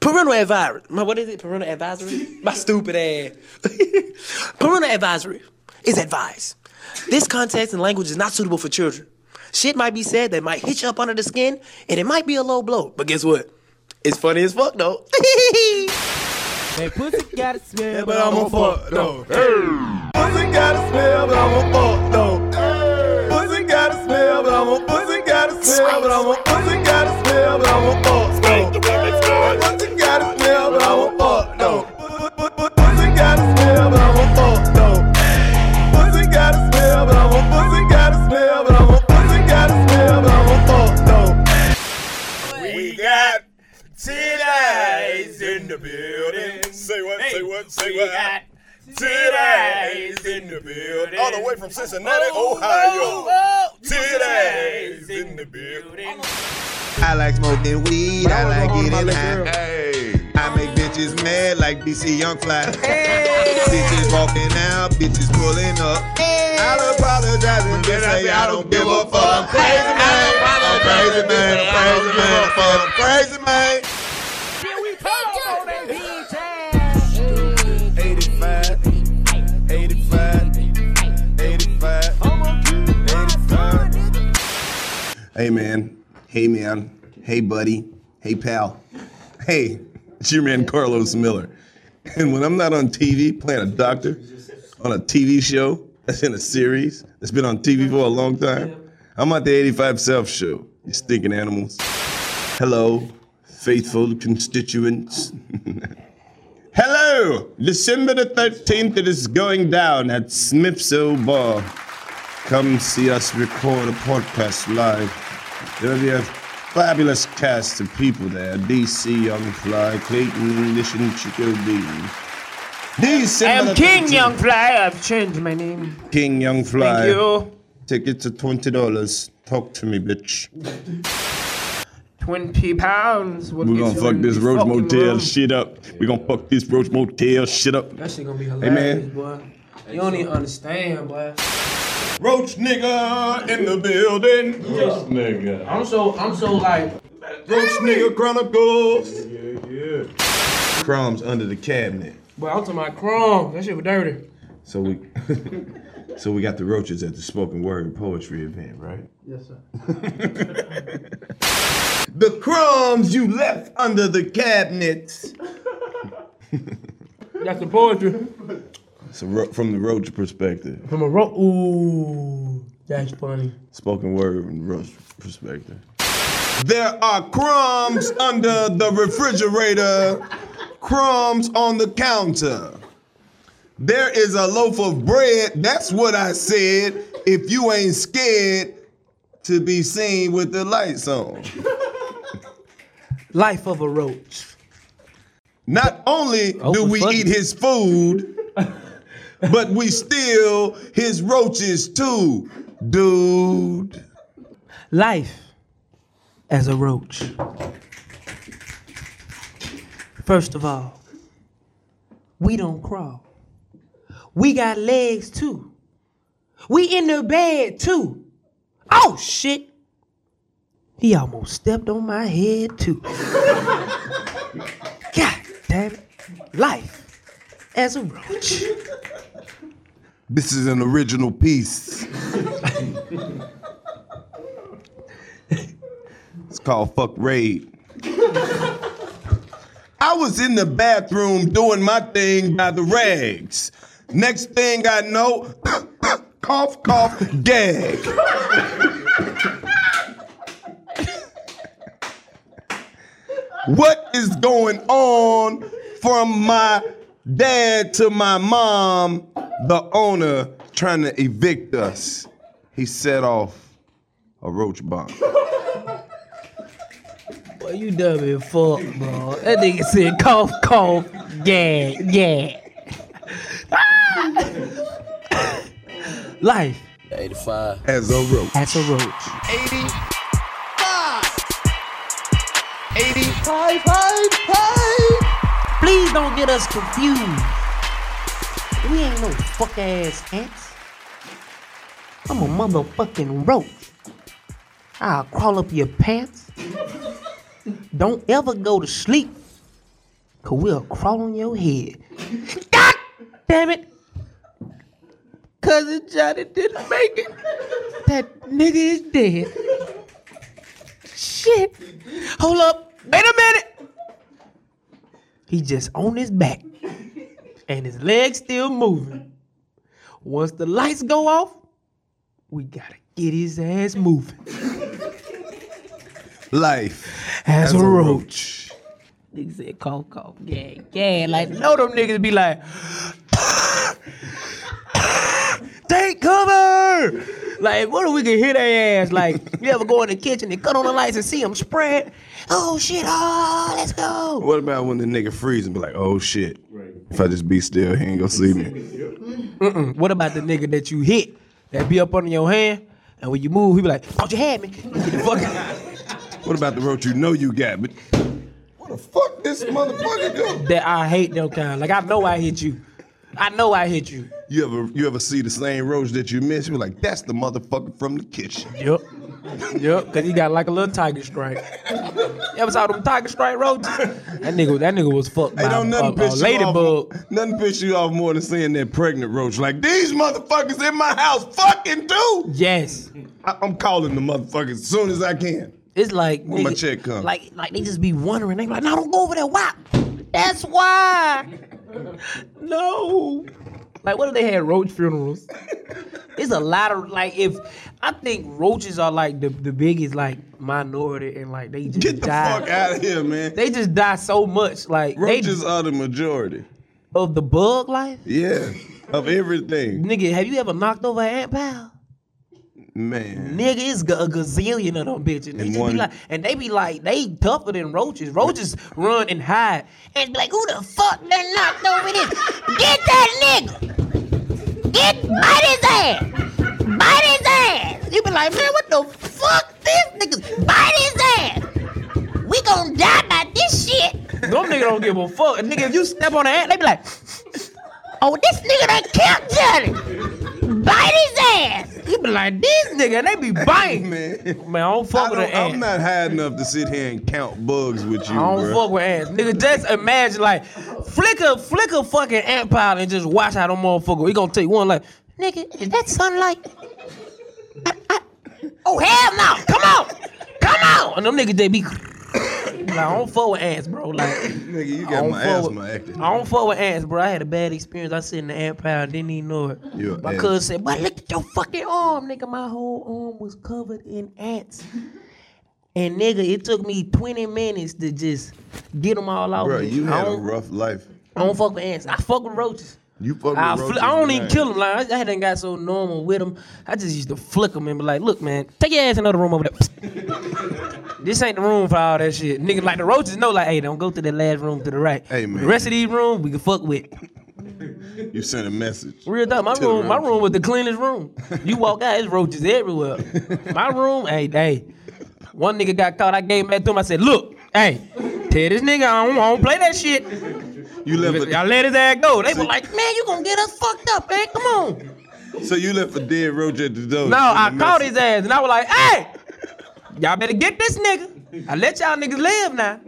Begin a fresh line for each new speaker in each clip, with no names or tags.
Parental advisory. My, what is it? Parental advisory? My stupid ass. Parental advisory is advice. This context and language is not suitable for children. Shit might be said that might hit you up under the skin, and it might be a low blow. But guess what? It's funny as fuck though.
That pussy got a smell,
But I'm a fuck though.
Pussy got a smell, but I'm a fuck though. Pussy got a smell, but I'm a pussy got a smell, but I'm a pussy got a smell, but I'm a fuck though. Pussy got a smell, but I'm a fuck though. Pussy got a smell, but I'm a fuck though. Pussy got a smell, but I'm a pussy got a smell, but I'm a pussy got a smell, but I'm a fuck though.
We got ten eyes in the building. Say what? say what? Say what? Ten eyes in the building. Oh, All the way from Cincinnati,
Oh,
Ohio. Ten eyes in the building.
I like smoking weed, I like getting high.
Hey.
I make bitches mad like BC Young Fly. bitches walking out, bitches pulling up. I'll apologize and just say I don't give a fuck. I'm crazy man, I'm crazy man, I'm crazy man, I'm fuck, I'm crazy man. Hey man, hey man, hey buddy, hey pal, hey, it's your man Carlos Miller. And when I'm not on TV playing a doctor on a TV show that's in a series that's been on TV for a long time, I'm at the 85 South show. You stinking animals. Hello, faithful constituents. Hello, December the 13th, it is going down at Smith's Old Bar. Come see us record a podcast live. There'll be a fabulous cast of people there. DC Young Fly, Clayton English, and Chico Dean. December
I'm
the
King
13th.
Young Fly. I've changed my name.
King Young Fly.
Thank you.
Tickets are twenty dollars. Talk to me, bitch.
20 pounds. will
We're
get
gonna
you
fuck
in
this
the
Roach
fucking
Motel
room.
shit up. We're gonna fuck this Roach Motel shit up.
That shit gonna be
man.
hilarious, boy. You don't even understand, boy.
Roach nigga in the building. Roach nigga.
I'm so, I'm so like,
Roach nigga chronicles.
Crumbs under the cabinet.
boy, I'm to my chrome. That shit was dirty.
So we, so we got the roaches at the spoken word poetry event, right?
Yes, sir.
The crumbs you left under the cabinet.
That's the poetry.
So ro- from the roach perspective,
From a ro- Ooh, that's funny.
spoken word from the roach perspective. There are crumbs under the refrigerator, crumbs on the counter. There is a loaf of bread, that's what I said, if you ain't scared to be seen with the lights on.
Life of a roach.
Not only do
it's
we
funny.
eat his food, but we steal his roaches too, dude.
Life as a roach. First of all, we don't crawl. We got legs too. We in the bed too. Oh shit. He almost stepped on my head too. God damn it. Life as a roach.
This is an original piece. it's called Fuck Raid. I was in the bathroom doing my thing by the rags. Next thing I know, cough, cough, gag. what is going on from my dad to my mom, the owner trying to evict us? He set off a roach bomb.
Boy, you dumb as fuck, bro. That nigga said cough, cough, gag, gag. Ah! Life
As a roach.
as a roach.
85, hey, hey.
Please don't get us confused. We ain't no fuck ass ants. I'm a motherfucking roach. I'll crawl up your pants. Don't ever go to sleep. Cause we'll crawl on your head. God damn it. Cousin Johnny didn't make it. That nigga is dead. Shit. Hold up. Wait a minute. He just on his back. And his legs still moving. Once the lights go off, we gotta get his ass moving.
Life
As,
as
a
a
roach.
roach.
Niggas said cough, cough, yeah, yeah. Like, know them niggas be like, take cover. Like, what if we can hit their ass? Like, you ever go in the kitchen and cut on the lights and see them spread? Oh shit! Oh, let's go.
What about when the nigga freeze and be like, oh shit. If I just be still, he ain't gonna see me.
What about the nigga that you hit that be up under your hand? And when you move, he be like, "Don't you have me?" Get the fuck out.
What about the roach you know you got, but what the fuck this motherfucker do?
That I hate them kind. Like I know I hit you. I know I hit you.
You ever you ever see the same roach that you miss? You're like, that's the motherfucker from the kitchen.
Yep. Yep, cause he got like a little tiger stripe. you ever saw them tiger stripe roaches? That nigga, that nigga was fucked
Hey,
by
don't
a, a,
nothing
a
piss you off.
ladybug.
Nothing piss you off more than seeing that pregnant roach. Like these motherfuckers in my house fucking do.
Yes,
I, am calling the motherfuckers as soon as I can.
it's like
When my
nigga,
check come.
Like, like they just be wondering. They be like, no, don't go over there. Why? That's why. no. Like, what if they had roach funerals? It's a lot of like if I think roaches are like the, the biggest like minority and like they just
Get the
die.
fuck out of here, man.
They just die so much like
Roaches
they,
are the majority.
of the bug life.
Yeah. Of everything.
Nigga, have you ever knocked over an ant pal?
Man.
Nigga, it's ga- a gazillion of them bitches. And they,
And
just
one-
be like, and they be like, they tougher than roaches. Roaches run and hide. And be like, who the fuck done knocked over this? Get that nigga! Get, bite his ass! Bite his ass! You be like, man, what the fuck this nigga? Bite his ass! We gonna die by this shit! Them nigga don't give a fuck. And nigga, if you step on an ant, they be like, oh, this nigga done killed Johnny! Bite his ass! You be like, this nigga, and they be biting.
Man.
Man, I don't
I
fuck with an ant.
am not high enough to sit here and count bugs with you,
I don't
bruh.
fuck with ants. Nigga, just imagine like flicker, flicker fucking ant pile and just watch how them motherfucker. He gonna take one like, nigga, is that sunlight? I- I- oh hell no! Come on! Come on! And them niggas they be like, I don't fuck with ants, bro. Like
Nigga, you
I
got
don't
my
fuck with-
asthma acting.
I don't fuck with ants, bro. I had a bad experience. I sit in the ant pile and didn't even know it.
You a
My
ant.
cousin said, "Boy, look at your fucking arm, nigga. My whole arm was covered in ants." And nigga, it took me 20 minutes to just get them all out.
Bro,
me.
you
I
had a
don't,
rough life.
I don't fuck with ants. I fuck with roaches.
You fuck with
I,
roaches.
fl- I don't even
man.
kill them. Like I, I hadn't got so normal with them. I just used to flick them and be like, "Look, man, take your ass in another room over there. this ain't the room for all that shit, nigga." Like the roaches know, like, "Hey, don't go to that last room to the right.
Hey, man.
The rest of these rooms we can fuck with."
You sent a message.
Real talk, my
To the
room, my
roaches.
room was the cleanest room. You walk out, it's roaches everywhere. My room, hey, hey. One nigga got caught. I gave back to him. I said, "Look, hey, tell this nigga I don't, I don't play that shit.
You left
Y'all
a,
let his ass go." They were like, "Man, you gonna get us fucked up, man? Come on."
so you left a dead roach at the door.
No,
You
I
sent a
caught
message.
his ass and I was like, hey, y'all better get this nigga. I let y'all niggas live now.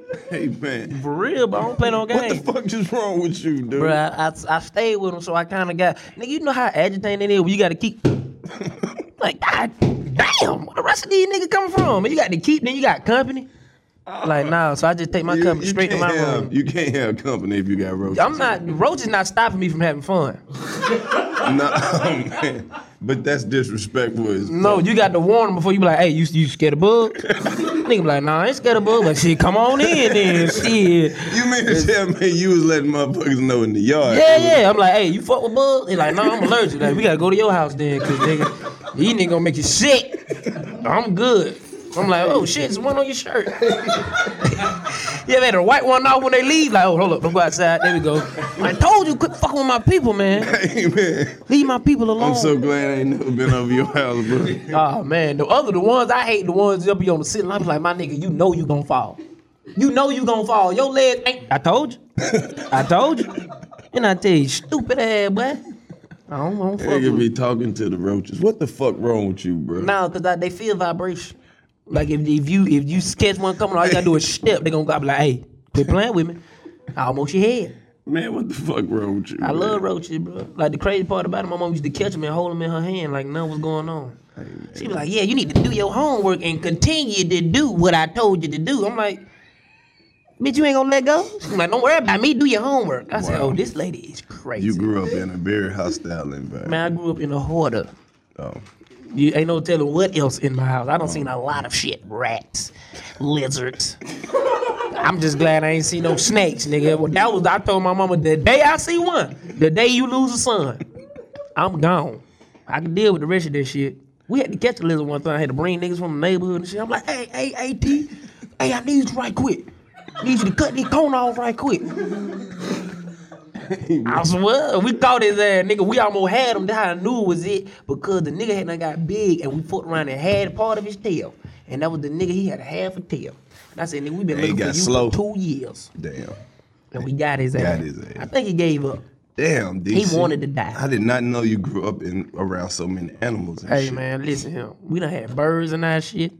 Hey man,
For real, but I don't play no
what the
game.
fuck is wrong with you, dude?
Bro, I, I, I stayed with him, so I kind of got. Nigga, you know how agitating it is when you got to keep. like, God damn, where the rest of these niggas coming from? And you got to keep, then you got company. Like, nah, so I just take my
You-
company
you
straight to my
can't have-
room.
You can't have company if you got roaches.
I'm not, Roach is not stopping me from having fun.
No, oh, man. But that's disrespectful. As
No, you got to warn him before you be like, hey, you, you scared of bug? Nigga be like, nah, I ain't scared of bug, but shit, come on in then, shit.
you mean to tell me you was letting motherfuckers know in the yard?
Yeah, yeah. I'm like, hey, you fuck with bug? They like, no, I'm allergic. Like, we gotta go to your house then, cause nigga, these nigga gonna make you sick. I'm good. I'm like, oh shit, there's one on your shirt. yeah, they had a white one out when they leave. Like, oh, hold up, don't go outside. There we go. I told you, quit fucking with my people, man.
Hey man,
Leave my people alone.
I'm so glad I ain't never been over your house, bro.
Oh man, the other the ones I hate the ones that be on the sitting. I be like, my nigga, you know you gonna fall. You know you gonna fall. Your leg ain't. I told you. I told you. And I tell you, stupid ass boy. I don't, I don't fuck
Nigga
with
be talking to the roaches. What the fuck wrong with you, bro?
now because they feel vibration. Like if, if you if you catch one coming, all you gotta do is step. They gonna go. I be like, hey, quit playing with me. Almost your head.
Man, what the fuck wrong with you?
I love roaches, bro. Like the crazy part about it, my mom used to catch him and hold him in her hand like nothing was going on. She was like, "Yeah, you need to do your homework and continue to do what I told you to do." I'm like, "Bitch, you ain't gonna let go." She's like, "Don't worry about me. Do your homework." I said, "Oh, this lady is crazy."
You grew up in a very hostile environment.
Man, I grew up in a hoarder.
Oh.
You ain't no telling what else in my house. I don't seen a lot of shit. Rats, lizards. I'm just glad I ain't seen no snakes, nigga. Well, that was I told my mama the day I see one, the day you lose a son, I'm gone. I can deal with the rest of this shit. We had to catch a lizard one time. I had to bring niggas from the neighborhood and shit. I'm like, hey, hey, hey, D, hey, I need you right quick. Need you to cut these cone off right quick. I swear, we caught his ass, nigga. We almost had him. That I knew was it because the nigga had not got big, and we fucked around and had part of his tail, and that was the nigga. He had half a tail. And I said, nigga, we been
And he
looking for you
got slow.
for two years,
Damn.
and we got his ass.
Got his ass.
I think he gave up.
Damn, DC.
He wanted to die.
I did not know you grew up in around so many animals and
Hey
shit.
man, listen here. We done had birds and that shit.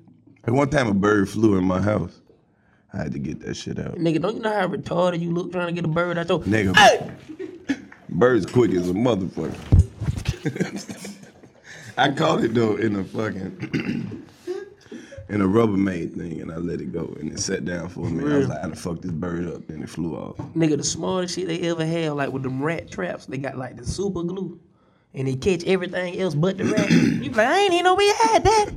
At one time, a bird flew in my house. I had to get that shit out.
Nigga, don't you know how retarded you look trying to get a bird out your
Nigga.
Hey!
Bird's quick as a motherfucker. I caught it though in a fucking in a Rubbermaid thing, and I let it go, and it sat down for a minute. I was like, "I done fucked this bird up," and it flew off.
Nigga, the smartest shit they ever had, like with them rat traps, they got like the super glue. And they catch everything else but the rat. you be like, I ain't even know we had that.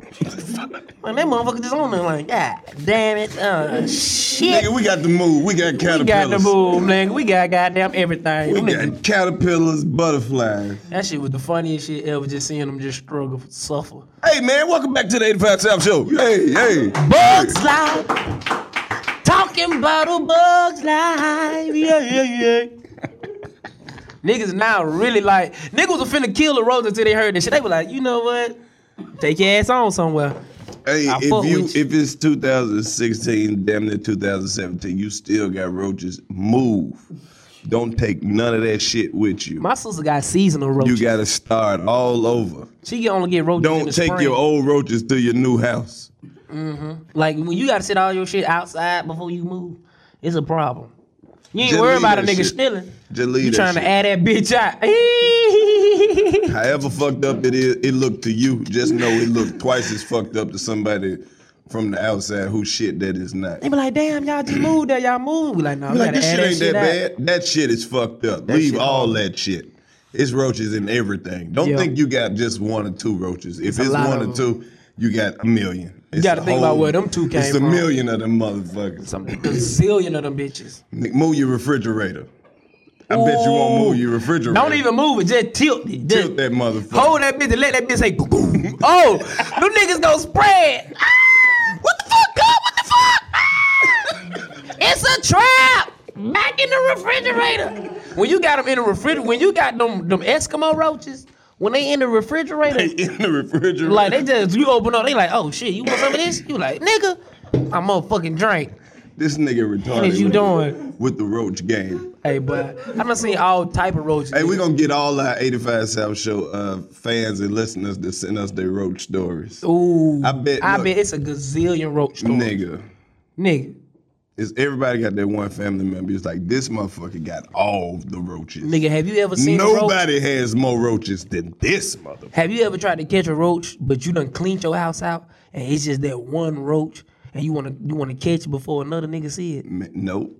Man, that motherfucker just on there like, God damn it. Uh, shit.
Nigga, we got the move. We got
we got the
caterpillars.
move, nigga. We got goddamn everything. Them
We
niggas-
got caterpillars, butterflies.
that shit was the funniest shit ever, just seeing them just struggle, suffer.
Hey man, welcome back to the 85 South Show. Hey, hey.
Bugs Life. Talking about a Bugs Life. Yeah, yeah, yeah. Niggas now really like, niggas was finna kill the Rose until they heard this shit. They were like, you know what? Take your ass on somewhere.
Hey,
I fuck
if you
with you.
if it's 2016, damn near 2017, you still got roaches. Move. Don't take none of that shit with you.
My sister got seasonal roaches.
You gotta start all over.
she can only get roaches in
Don't
the
take
spring.
your old roaches to your new house.
Like, when you gotta sit all your shit outside before you move, it's a problem. You ain't
Just
worried
leave
about a
that
nigga
shit.
stealing.
Just leave
You
that
trying
shit.
to add that bitch out.
However fucked up it is, it looked to you. Just know it looked twice as fucked up to somebody from the outside who shit that is not.
They be like, damn, y'all just moved there, y'all moved. We like, no, nah, we
Like
gotta
this
add
shit
that
ain't
shit
that
out.
bad. That shit is fucked up. Leave
shit
all
hard.
that shit. It's roaches in everything. Don't
Yeah.
think you got just one or two roaches. If it's,
a lot
one
of
or two, you got a million. You
gotta think about where them two
It's
came
a
from.
million of them motherfuckers.
Some gazillion of them bitches.
Nick, Move your refrigerator. I bet you won't move your refrigerator.
Don't even move it, just tilt it. Just
tilt that motherfucker.
Hold that bitch and let that bitch say, boom. oh, them niggas gonna spread. Ah, what the fuck, God? What the fuck? Ah, it's a trap. Back in the refrigerator. When you got them in the refrigerator, when you got them them Eskimo roaches, when they in the refrigerator,
in the refrigerator.
Like they just you open up, they like, oh shit, you want some of this? You like, nigga, I'm gonna fucking drink.
this nigga retarded.
What is you
with-
doing?
with the roach game?
Hey, but I done seen all type of roaches.
Hey, we gonna get all our 85 South Show uh, fans and listeners to send us their roach stories.
Ooh,
I bet-
I
look.
bet it's a gazillion roach stories.
Nigga.
nigga,
is everybody got that one family member. It's like this motherfucker got all the roaches.
nigga, have you ever seen a roach?
Nobody has more roaches than this motherfucker.
Have you ever tried to catch a roach, but you done cleaned your house out, and it's just that one roach, and you wanna you wanna catch it before another nigga see it?
Man, Nope,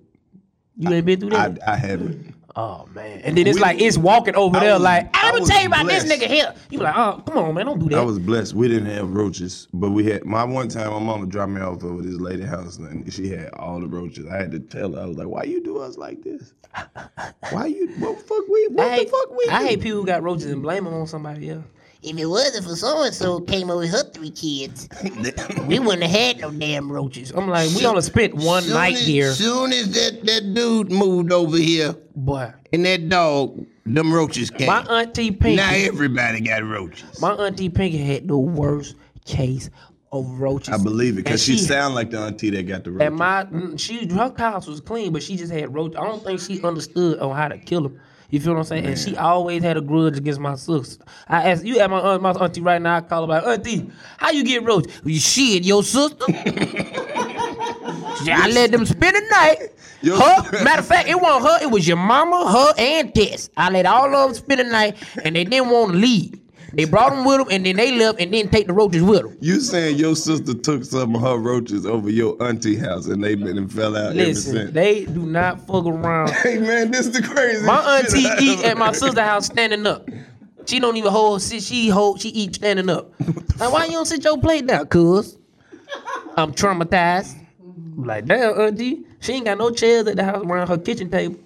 You ain't been through
I,
that?
I haven't.
oh man, and then it's
We-
like it's walking over
I
there,
was-
like
I
let me
was
tell you about this
blessed.
nigga here. You be like, oh come on man, don't do that.
I was blessed. We didn't have roaches, but we had my one time. My mama dropped me off over this lady house, and she had all the roaches. I had to tell her. I was like, "Why you do us like this? Why you? What the fuck we? What
I
the fuck we?
hate, I
do?"
hate people who got roaches and blame them on somebody else.
If it wasn't for so and so came over her three kids, we wouldn't have had no damn roaches.
I'm like, we only spent one
Soon
night
as,
here,
Soon as that, that dude moved over here
but
and that dog, them roaches came.
my auntie Pinky,
now everybody got roaches.
my auntie Pinky had the worst case of roaches.
I believe it because
And
she, sound like the auntie that got the roaches.
And my mm, she her house was clean, but she just had roaches. I don't think she understood on how to kill them. You feel what I'm saying? And she always had a grudge against my sister. I asked you at my aunt, my auntie right now. I call her like, auntie, how you get roaches? You shit, your sister. She said, I let them spend the night.
Yo-
Her, matter of fact, it wasn't her, it was your mama, her, and Tess. I let all of them spend the night, and they didn't want to leave. They brought them with them, and then they left, and didn't take the roaches with them.
You saying your sister took some of her roaches over your auntie house and they been and fell out ever
Listen,
since.
they do not fuck around.
hey man, this is the crazy.
My auntie
shit I
eat
ever
at my
heard.
sister's house standing up. She don't even hold. She, she hold. She eat standing up. Like why you don't sit your plate down, cuz? I'm traumatized. I'm Like damn, auntie, she ain't got no chairs at the house around her kitchen table.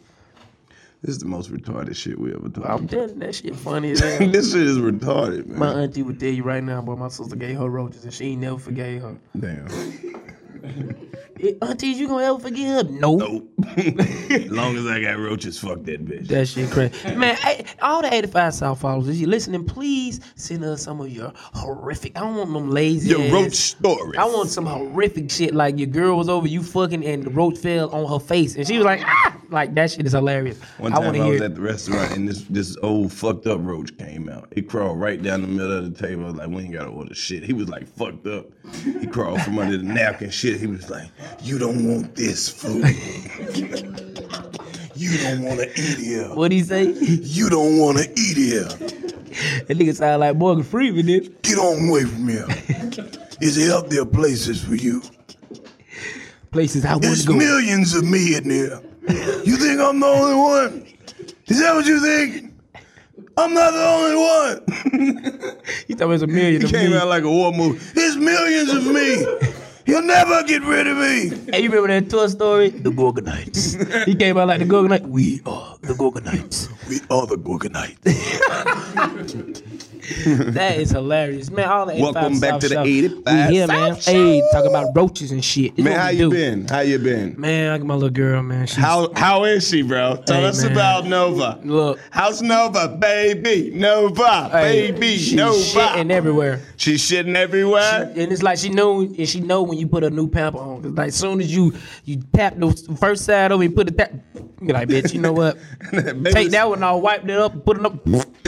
This is the most retarded shit we ever talked.
I'm
about.
telling you, that shit funny as hell.
this shit is retarded, man.
My auntie would tell you right now, boy, my sister gave her roaches and she ain't never forgave her.
Damn.
Eh, Auntie, you gonna ever forgive her? No.
as long as I got roaches, fuck that bitch.
That shit crazy. Man, I, all the 85 South followers, if you listening, please send us some of your horrific. I don't want them lazy.
Your
ass-
roach story.
I want some horrific shit like your girl was over you fucking and the roach fell on her face and she was like ah like that shit is hilarious.
One
I
time
want
I,
to
was
hear.
at the restaurant and this this old fucked up roach came out. He crawled right down the middle of the table. I was like, we ain't gotta order shit. He was like fucked up. He crawled from under the napkin shit. He was like, you don't want this food. you don't want to eat here.
What he say? that
You don't want to eat here.
nigga sound like Morgan Freeman. Did.
Get on away from here. Is there out there places for you?
Places I want
There's
to go.
millions of me in here. You think I'm the only one? Is that what you think? I'm not the only one.
He thought it was a million
He
of
came
me.
out like a war movie. There's millions of me. You'll never get rid of me.
Hey, you remember that Toy Story? The Gorgonites. he came out like the Gorgonites. We are the Gorgonites.
We are the Gorgonites.
That is hilarious, man. All the 85
Welcome back
South
to the
Show.
85
We here, man.
South
Hey, talking about roaches and shit. This
Man,
what
how
we do.
you been? How you been?
Man, I got my little girl, man. She's
How how is she, bro? Tell
Hey,
us
man.
about Nova.
Look.
how's Nova, baby? Nova,
hey,
baby,
she's
Nova.
shitting everywhere.
She's shitting everywhere.
And it's like she know, and she know when you put a new pamper on. 'Cause like soon as you you tap the first side over, you put the tap. You like, bitch, you know what?
Baby's-
Take that one, I'll wipe it up, and put it up.
baby's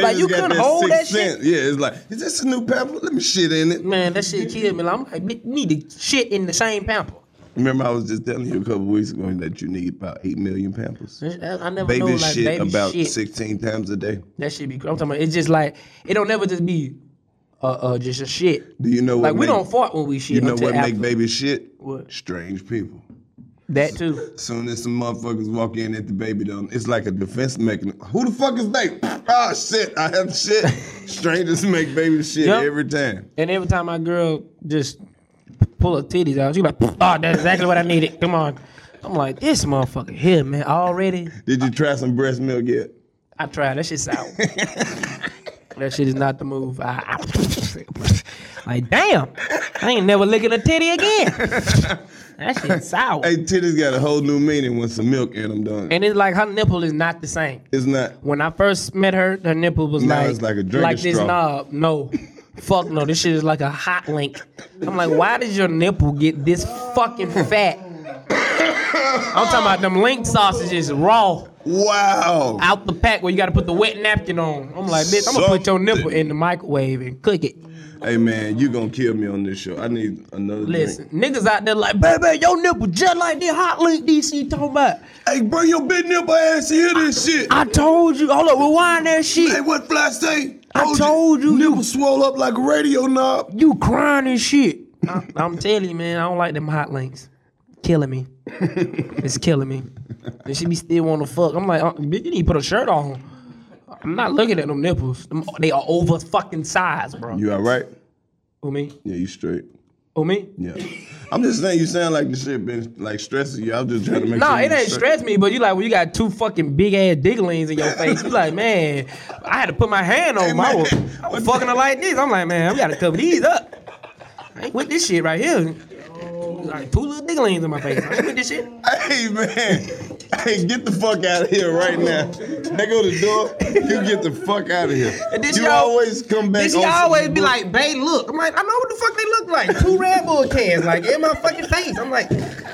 Like, you
got
couldn't hold
sixth
that shit?
sense. Yeah, it's like, is this a new pamper? Let me shit in it.
Man, that shit killed me. Like, I'm like, bitch, you need to shit in the same pamper.
Remember, I was just telling you a couple weeks ago that you need about eight million pampers.
I, I never know,
Baby
like
shit
baby
about
shit.
sixteen times a day.
That shit be. I'm talking about. It's just like it don't never just be, uh, uh just a shit.
Do you know what?
Like we
make-
don't fart when we shit.
You know
until
what
after.
make baby shit?
What?
Strange people.
that too.
Soon as some motherfuckers walk in at the baby done, it's like a defense mechanism. Who the fuck is they? Ah shit, I have shit. Strangers make baby shit
Yup.
every time.
And every time my girl just pull her titties out, she like, oh, that's exactly what I needed. Come on. I'm like, this motherfucker here, man. Already,
Did you try some breast milk yet?
I tried. That shit's out. that shit is not the move. I, I- like, damn, I ain't never licking a titty again. that shit's sour.
Hey, titties got a whole new meaning when some milk in them done.
And it's like her nipple is not the same.
It's not.
When I first met her, her nipple was
Now
like
it's like a drinking
this
straw.
knob. No, fuck no. This shit is like a hot link. I'm like, why did your nipple get this fucking fat? I'm talking about them link sausages raw
Wow.
out the pack where you got to put the wet napkin on. I'm like, bitch, I'm gonna put your nipple in the microwave and cook it.
Hey man, you gonna kill me on this show. I need another
Listen,
drink.
niggas out there like, baby, your nipple just like this hot link DC talking about.
Hey, bring your big nipple ass to hear this shit.
I told you, hold up, rewind that shit.
hey, what Fly say?
I told you,
Nipple swole up like a radio knob.
You crying and shit. I, am telling you, man, I don't like them hot links. Killing me. it's killing me. And she be still want to fuck. I'm like, uh, bitch, you need to put a shirt on. I'm not looking at them nipples. Them- they are over fucking size, bro.
You all right?
Who me?
Yeah, you straight.
Who me?
Yeah. I'm just saying you sound like the shit been like stressing you. I'm just trying to make
No,
sure.
it
you
ain't
straight.
stress me, but you like when you got two fucking big ass digglings in your face. You like, man, I had to put my hand on
Hey,
them. I
man.
was, I was fucking her like this. I'm like, man, we gotta cover these up. I ain't with this shit right here. Like two little digglings in my face. I ain't with this shit.
Hey man. Hey, get the fuck out of here right now. They go to the door. You get the fuck out of here.
And then
you
she al-
always come back.
Then she
on some
always be
bull-
like, "Babe, look." I'm like, I know what the fuck they look like. Two Red Bull cans, like in my fucking face. I'm like,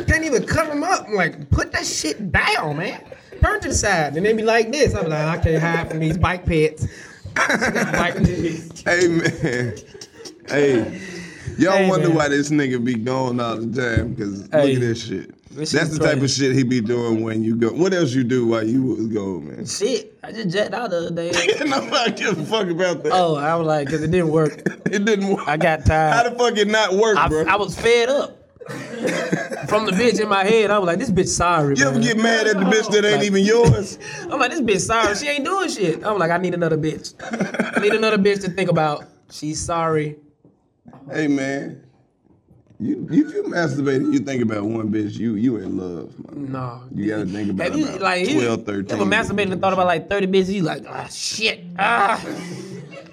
can't even cover them up. I'm like, put that shit down, man. Turn to the side, and they be like this. I'm like, I can't hide from these bike pets. Bike pets.
Hey man. Hey. Y'all
Hey,
wonder
man.
why this nigga be gone all the time, cause
Hey.
look at this shit.
This
That's
shit
the type of
trash.
shit he be doing when you go. What else you do while you was gone, man?
Shit, I just jacked out the other day.
Nobody give a fuck about that.
oh, I was like, because it didn't work.
It didn't work.
I got
How
tired.
the fuck it not work,
I,
bro?
I was fed up. From the bitch in my head, I was like, this bitch sorry,
you ever
man.
get mad at the bitch that ain't even yours?
I'm like, this bitch sorry. She ain't doing shit. I'm like, I need another bitch. I need another bitch to think about. She's sorry.
hey, man. You, if you masturbate and you think about one bitch, you you in love. man.
No.
You gotta think about
Have you
about
like you
12, 13.
ever masturbated and thought about like 30 bitches? You like, ah shit. Ah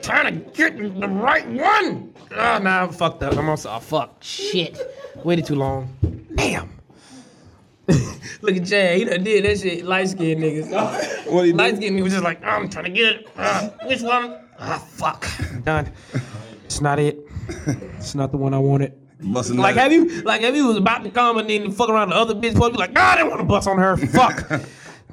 trying to get the right one. Ah nah, I'm fucked up. I'm also fuck. Shit. Waited too long. Damn. Look at Chad, he done did that shit. Light skinned niggas.
What he do?
Light skinned niggas was just like, I'm trying to get it. Ah, which one? Ah fuck. I'm done. It's not it. It's not the one I wanted.
Busting
Like
that-
have you like have you was about to come and then fuck around the other bitch supposed to be like, nah, I didn't want to bust on her. Fuck.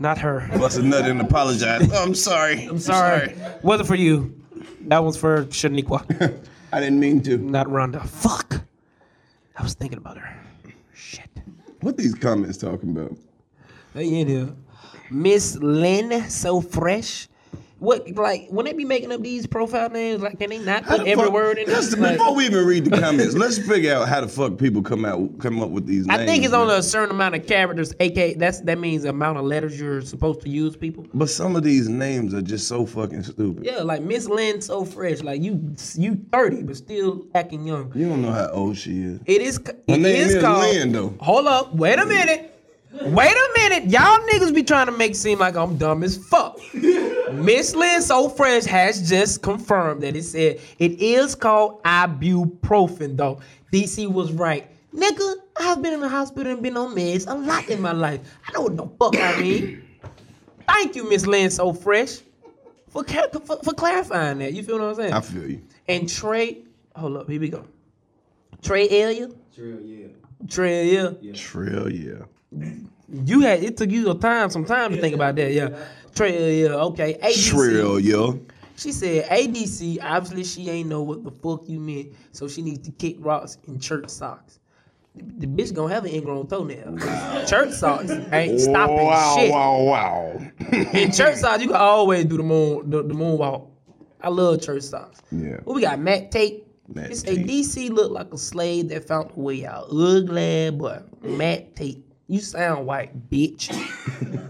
Not her.
bust a nut and apologize. Oh, I'm sorry.
I'm sorry. Wasn't for you. That one's for Shaniqua,
I didn't mean to.
not Rhonda. Fuck. I was thinking about her. Shit.
What these comments talking about?
Hey, you know. Miss Lynn, so fresh. What like when they be making up these profile names? Like can they not
How
put
the
every
fuck-
word in?
That's
it?
the-
Like,
before we even read the comments, let's figure out how the fuck people come out come up with these.
I think
names,
it's only
man.
a certain amount of characters. AK that's that means the amount of letters you're supposed to use, people.
But some of these names are just so fucking stupid.
Yeah, like Miss Lynn, so fresh. Like you, you thirty, but still acting young.
You don't know how old she is.
It is.
Her
It
name
is
is
called.
Lynn, though.
Hold up. Wait a minute. Wait a minute. Y'all niggas be trying to make seem like I'm dumb as fuck. Miss Lynn So Fresh has just confirmed that it said it is called ibuprofen, though. DC was right. Nigga, I've been in the hospital and been on meds a lot in my life. I know what the fuck I mean. Thank you, Miss Lynn So Fresh, for, ca- for, for clarifying that. You feel what I'm saying?
I feel you.
And Trey, hold up, here we go. Trey Elia. Trey Elia. Yeah.
Trill, yeah.
You had it took you your time, some time to think about that. Yeah. Trey Elia. Okay. ADC.
Trill, yo.
She said ADC. Obviously, she ain't know what the fuck you meant, so she needs to kick rocks in church socks. The bitch gonna have an ingrown toenail. Church socks ain't stopping shit.
wow.
In church socks, you can always do the moon the, the moonwalk. I love church socks.
Yeah.
What we got? Matt Tate.
Matt
This
Tate.
ADC look like a slave that found the way out. Ugly boy. Matt Tate. You sound white, bitch.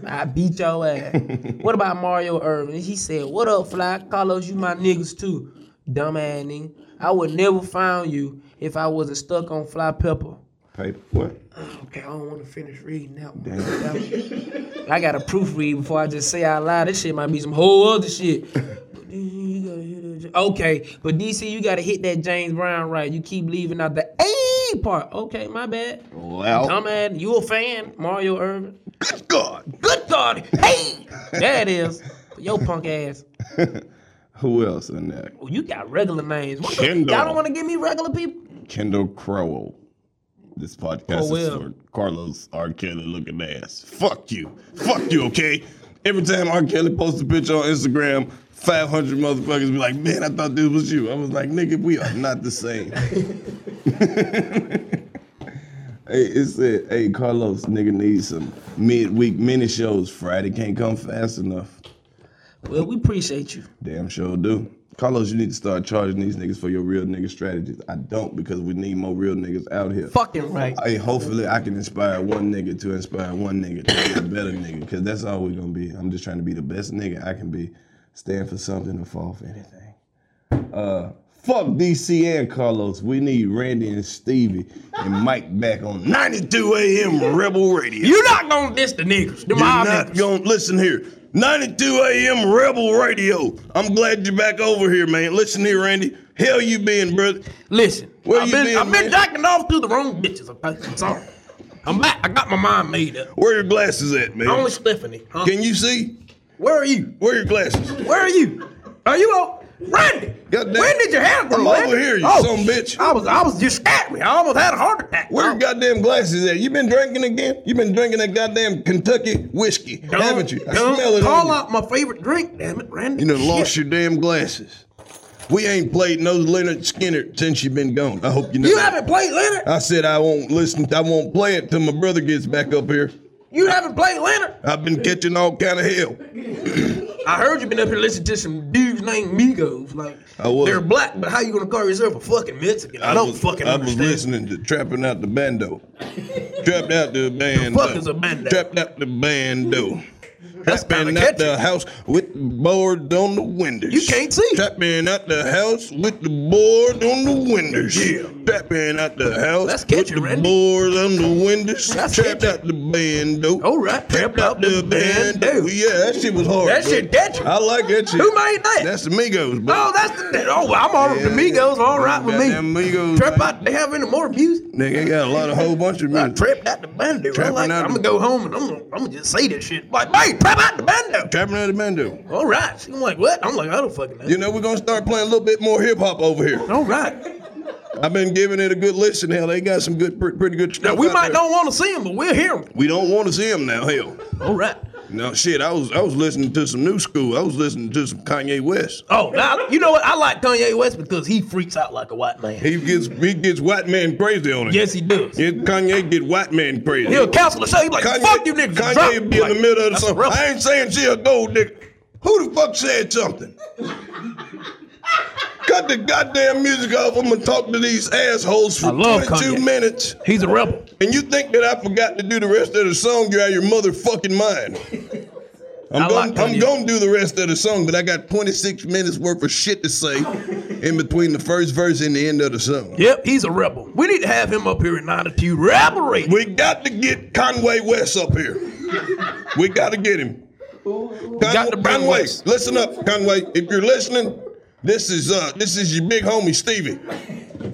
I beat your ass. what about Mario Irvin? He said, What up, Fly? Carlos, you my niggas too. Dumb ass nigga. I would never found you if I wasn't stuck on Fly Pepper.
Paper, what?
Okay, I don't want to finish reading that one.
Damn.
That one- I got to proofread before I just say out loud. This shit might be some whole other shit. But then you gotta hit that- Okay, but DC, you gotta hit that James Brown right. You keep leaving out the A part. Okay, my bad.
Well,
Dumb ad. You a fan, Mario Irvin?
good God.
Good God! Hey, there it is. Yo, punk ass.
Who else in that?
Oh, you got regular names. What the-
Kendall.
y'all don't want to give me regular people.
Kendall Crowell. This podcast is
Crowell.
for Carlos R. Kelly looking ass. Fuck you. Fuck you, okay? Every time R. Kelly posts a picture on Instagram, 500 motherfuckers be like, man, I thought this was you. I was like, nigga, we are not the same. hey, it said, hey, Carlos, nigga needs some midweek mini shows. Friday can't come fast enough.
Well, we appreciate you.
Damn sure do. Carlos, you need to start charging these niggas for your real nigga strategies. I don't because we need more real niggas out here.
Fucking right.
Hey, hopefully I can inspire one nigga to inspire one nigga to be a better nigga, because that's all we're gonna be. I'm just trying to be the best nigga I can be, stand for something or fall for anything. Uh, fuck DC and Carlos. We need Randy and Stevie and Mike back on 92 AM Rebel Radio.
You're not gonna diss the niggas. Them
You're
our
not
niggas.
gonna listen here. 92 AM Rebel Radio. I'm glad you're back over here, man. Listen here, Randy. Hell you been, brother?
Listen,
Where
I've
you
been,
been,
I've been
man?
jacking off to the wrong bitches. Okay, I'm sorry. I'm back. I got my mind made up.
Where your glasses at, man?
Only Stephanie. Huh?
Can you see?
Where are you?
Where your glasses?
Where are you? Are you on? Randy,
Goddamn.
when did your hair grow?
I'm
Randy? Oh,
over here, you son of a bitch.
I was, I was just at me. I almost had a heart attack.
Where
Oh,
your goddamn glasses at? You been drinking again? You been drinking that goddamn Kentucky whiskey,
don't-
haven't you? I
don't
smell it
Call
on you.
out my favorite drink, damn it, Randy.
You done lost
Shit.
your damn glasses. We ain't played no Leonard Skinner since you been gone. I hope you know.
You
that.
haven't played Leonard.
I said I won't listen. I won't play it till my brother gets back up here.
You haven't played Leonard.
I've been catching all kind of hell.
I heard you been up here listening to some dudes named Migos. Like
I was.
they're black, but how you gonna call yourself a fucking Mexican? I, don't
was,
fucking
I was
understand.
listening to trapping out the bando. Trapped out the bando.
fuck is a bando?
Trapped out the bando.
That's
Trapping
kinda
out the
catchy.
house with the board on the windows.
You can't see.
Trapping out the house with the board on the windows. Yeah. Trapping out the house
That's
with
catchy,
the
Randy.
board on the windows.
That's
Trapped
catchy.
out the bando.
All right,
Trapped out the bando. Yeah, that shit was hard.
That
bro.
shit catchy.
I like that shit.
Who made that?
That's the Migos, bro.
Oh, that's the. Oh, well, I'm all right with the
Yeah,
Migos. All right with me.
Goddamn Migos,
Trap
man.
out. They have any more music?
Nigga, they got a lot of whole bunch of
I
music.
trapped out the bando. I
Trapping
like,
out
I'm
the-
gonna go home and I'm gonna, I'm gonna just say this shit. Like, hey, trap out the bando.
Trapping out the bando.
All right. She- I'm like, what? I'm like, I don't fucking know.
You know, we're gonna start playing a little bit more hip hop over here.
All right.
I've been giving it a good listen. Hell, they got some good, pre- pretty good
Now
stuff.
we
out
might
there.
don't want to see them, but we'll hear them.
We don't want to see them now. Hell,
All right.
no shit. I was I was listening to some new school. I was listening to some Kanye West.
Oh, now you know what? I like Kanye West because he freaks out like a white man.
He gets he gets white man crazy on it.
Yes, he does.
Yeah, Kanye get white man crazy.
He'll counsel the show. He's like, fuck you niggas.
Kanye
drop.
be
Like,
in the middle of the
that's
song.
rough.
I ain't saying she'll go, nigga. Who the fuck said something? Cut the goddamn music off. I'm gonna talk to these assholes for
I love
22
Kanye.
minutes.
He's a rebel.
And you think that I forgot to do the rest of the song? You're out of your motherfucking mind. I'm
I
gonna,
like
I'm
Kanye.
gonna do the rest of the song, but I got 26 minutes worth of shit to say in between the first verse and the end of the song.
Yep, he's a rebel. We need to have him up here in attitude revelry.
We got to get Conway West up here. We got to get him. Con-
got to bring
Conway,
West.
listen up, Conway. If you're listening, this is uh this is your big homie Stevie.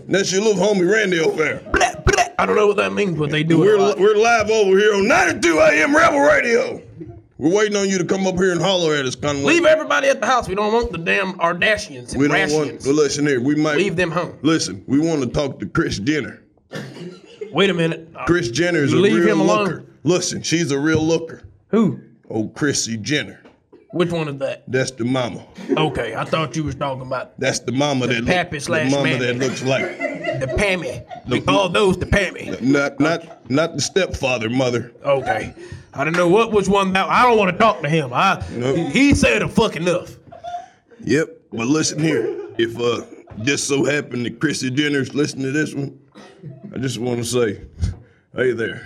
That's your little homie Randy over there.
Blah, blah. I don't know what that means, but they do it.
We're
a lot.
we're live over here on 92 AM Rebel Radio. We're waiting on you to come up here and holler at us, Conway.
Leave everybody at the house. We don't want the damn Ardashians and
we don't want.
Rashians.
Well, listen here. We might
Leave them home.
Listen, we want to talk to Chris Jenner.
Wait a minute. Uh,
Chris Jenner is a
Leave
real
him alone.
looker. Listen, she's a real looker.
Who?
Oh, Chrissy Jenner.
Which one is that?
That's the mama.
Okay, I thought you was talking about
That's the mama that
pappy
looks the
slash
mama
mammy.
that looks like
the Pammy. All those the Pammy.
not not not the stepfather mother.
Okay. I don't know what which one that I don't want to talk to him. I
Nope.
he said a fuck enough.
Yep. But listen here, if uh just so happened that Chrissy Jenner's listening to this one, I just want to say, hey there,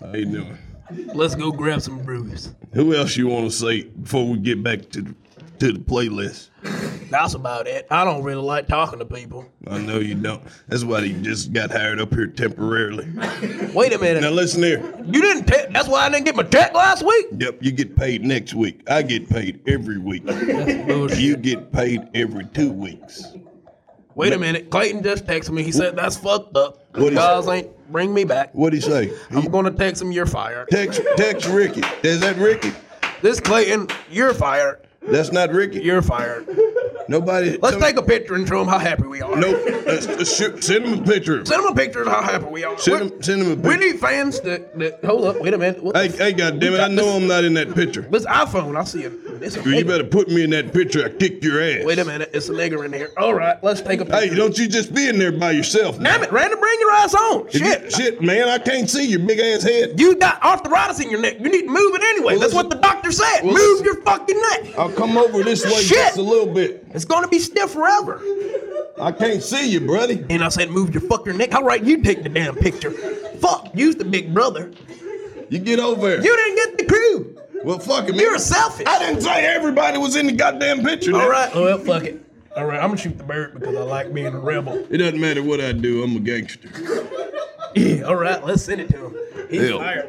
how you doing?
Let's go grab some brews.
Who else you want to say before we get back to the, to the playlist?
That's about it. I don't really like talking to people.
I know you don't. That's why you just got hired up here temporarily.
Wait a minute.
Now listen here.
you didn't te- that's why I didn't get my check last week.
Yep, you get paid next week. I get paid every week.
Bullshit.
You get paid every two weeks.
Wait a minute. Clayton just texted me. He said that's fucked up.
What he
Guys ain't bring me back.
What'd he say?
I'm gonna text him you're fired.
Text text Ricky. Is that Ricky?
This Clayton, you're fired.
That's not Ricky.
You're fired.
Nobody.
Let's take a picture and show him how happy we are.
Nope. Let's, let's shoot, send him a picture.
Send him a picture of how happy we are.
Send him. Send him a
We
picture.
need fans that, that hold up. Wait a minute. What the
Hey, hey, goddamn it! I know I'm not in that picture.
This iPhone, I see it. It's a
You
nigger.
better put me in that picture. I kick your ass.
Wait a minute, it's a nigger in here. All right, let's take a picture.
Hey, don't you just be in there by yourself? now.
Damn it, Randy, bring your ass on.
If you-
Shit.
shit, man! I can't see your big ass head.
You got arthritis in your neck. You need to move it anyway. That's what the doctor said. move your fucking neck.
I'll come over this way
Shit.
just a little bit.
It's gonna be stiff forever.
I can't see you, buddy.
And I said, move your fucking neck. All right, you take the damn picture. Fuck, you's the big brother.
You get over here.
You didn't get the crew.
well, fuck it, man.
You're selfish.
I didn't say everybody was in the goddamn picture.
All
now.
right, well, fuck it. All right, I'm gonna shoot the bird because I like being a rebel.
It doesn't matter what I do. I'm a gangster.
Yeah, all right, let's send it to him. He's
Hell.
fired.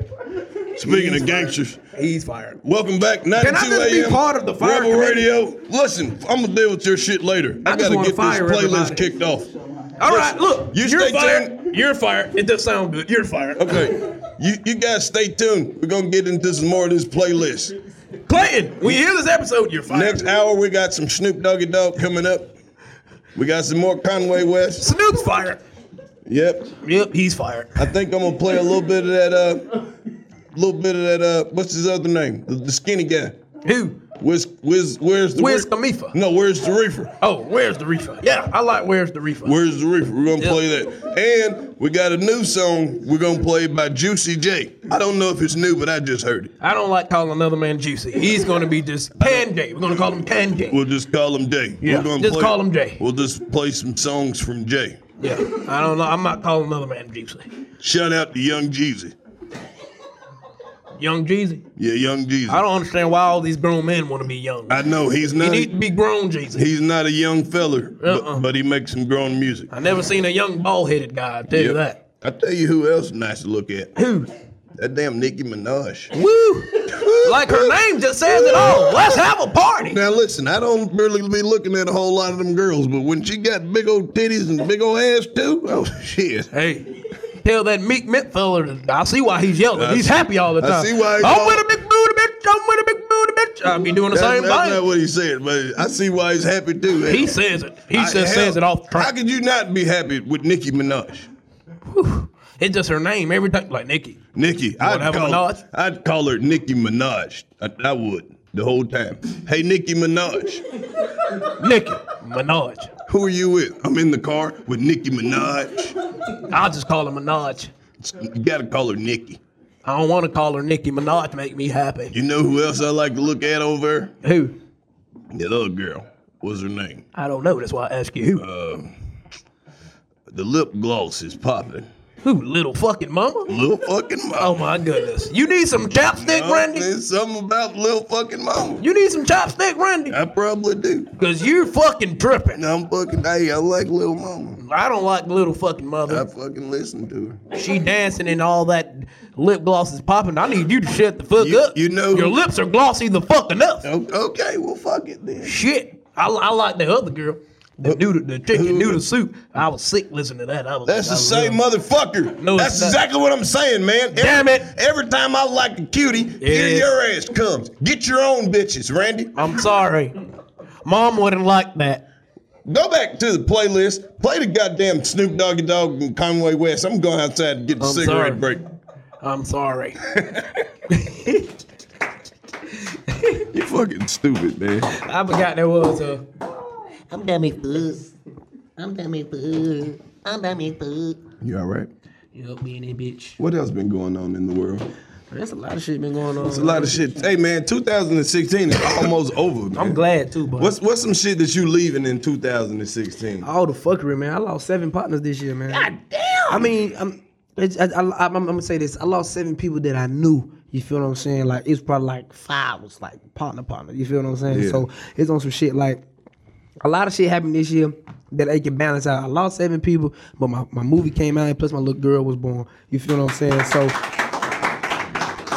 Speaking
He's fired.
of gangsters.
He's fired.
Welcome back, 92
I just be
AM,
part of the fire
Rebel
committee?
Radio. Listen, I'm gonna deal with your shit later. I,
I just
gotta
wanna
get this
fire
playlist
everybody.
kicked off.
All right, look,
You
you are
stay
fired. You're fired. It does sound good. You're fired.
Okay, you you guys stay tuned. We're gonna get into some more of this playlist.
Clayton, we hear this episode. You're fired.
Next hour, we got some Snoop Doggy Dog coming up. We got some more Conway West.
Snoop's fired.
Yep,
Yep, he's fired.
I think I'm gonna play a little bit of that. Uh, little bit of that. Uh, what's his other name? The, the skinny guy.
Who?
Where's where's where's the
Where's
re-
Khalifa?
No, where's the reefer?
Oh, where's the reefer? Yeah, I like where's the reefer.
Where's the reefer? We're gonna play that. And we got a new song we're gonna play by Juicy J. I don't know if it's new, but I just heard it.
I don't like calling another man juicy. He's going to be just Panday. We're going to call him Panday.
We'll just call him Jay.
Yeah,
We're gonna
just
play,
call him Jay.
We'll just play some songs from Jay.
Yeah, I don't know. I'm not calling another man juicy.
Shout out to Young Jeezy.
Young Jeezy.
Yeah, Young Jeezy.
I don't understand why all these grown men want to be young.
I know he's
He
not.
need to be grown, Jeezy.
he's not a young feller, but-
Uh-uh.
but, he makes some grown music.
I never seen a young bald headed guy. I tell you
Yep.
that.
I tell you who else nice to look at.
Who?
That damn Nicki Minaj.
Woo! like her name just says it all. Let's have a party.
Now listen, I don't really be looking at a whole lot of them girls, but when she got big old titties and big old ass too, oh shit.
Hey, tell that meek mint fella. to- I see why he's yelling.
I
he's
see-
happy all the
I
time.
see why he's
I'm
all-
with a big booty bitch. I'm with a big booty bitch. I'll be doing the
That-
same
that's not
thing.
what he said, but I see why he's happy too.
He says it. He
I-
just
hell,
says it off the
How
track.
could you not be happy with Nicki Minaj?
It's just her name every time. Like Nikki.
Nicki,
have
I'd
a
call,
Minaj?
I'd call her Nicki Minaj. I, I would the whole time. Hey, Nicki Minaj,
Nikki Minaj.
who are you with? I'm in the car with Nicki Minaj.
I'll just call her Minaj.
You gotta call her Nicki.
I don't want to call her Nicki Minaj. Make me happy.
You know who else I like to look at over? there?
Who?
That other girl. What's her name?
I don't know. That's why I ask you who.
Uh, The lip gloss is popping.
who? Little fucking mama.
Lil fucking mama.
Oh my goodness. You need some chopstick,
Oh,
Randy.
There's something about Lil fucking mama.
You need some chopstick, Randy.
I probably do.
Cause you're fucking tripping.
I'm fucking. Hey, I like Lil mama.
I don't like little fucking
I
mother.
fucking listen to her.
She dancing and all that lip gloss is popping. I need you to shut the fuck
You-
up.
you know-
your lips are glossy the fuck enough.
O- Okay, well, fuck it then.
Shit. I, I like the other girl. The dude, the chick in
Uh, who-
noodle soup. I was sick listening to that. I was
That's
I
the
was
same
loving it.
motherfucker.
No,
That's
it's not.
exactly what I'm saying, man. Every,
Damn it.
Every time I like a cutie, here
Yeah.
your ass comes. Get your own bitches, Randy.
I'm sorry. Mom wouldn't like that.
Go back to the playlist. Play the goddamn Snoop Doggy Dogg and Conway West. I'm going outside and get a
I'm
cigarette
sorry.
break.
I'm sorry.
You fucking stupid, man.
I forgot there was a.
I'm dummy fuzz. I'm dummy fuzz. I'm dummy fuzz.
You all right?
Yup, me and that bitch.
What else been going on in the world?
There's a lot of shit been going on.
It's a lot of shit. Hey, man, 2016 is almost over. Man.
I'm glad too, but
What's what's some shit that you leaving in 2016?
all the fuckery, man. I lost seven partners this year, man. God damn. I mean, I'm, it's, I, I, I'm, I'm gonna say this. I lost seven people that I knew. You feel what I'm saying? Like it's probably like five was like partner, partner. You feel what I'm saying?
Yeah.
So it's on some shit like a lot of shit happened this year that they can balance out. I lost seven people, but my, my movie came out and plus my little girl was born. You feel what I'm saying? So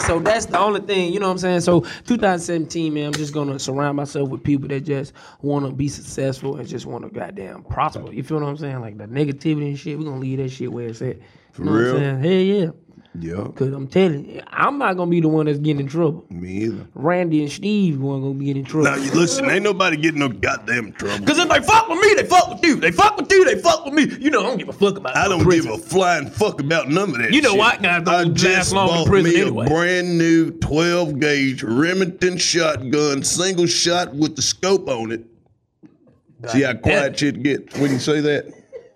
so that's the only thing, you know what I'm saying? So 2017, man, I'm just gonna surround myself with people that just wanna be successful and just wanna goddamn prosper. You feel what I'm saying? Like the negativity and shit, we're gonna leave that shit where it's at. For
real?
What I'm saying? Hell yeah.
Yeah,
Cause I'm telling you, I'm not gonna be the one that's getting in trouble.
me either.
Randy and Steve weren't gonna be getting in trouble.
Now you listen, ain't nobody getting no goddamn trouble.
Cause if they fuck with me, they fuck with you. They fuck with you, they fuck with me. You know, I don't give a fuck about
I
no
don't
prison.
give a flying fuck about none of that.
You know
shit.
what, guys, don't
I
last
just
long in
bought
prison
me
anyway.
a brand new 12 gauge Remington shotgun, single shot with the scope on it. See how quiet shit get when you say that?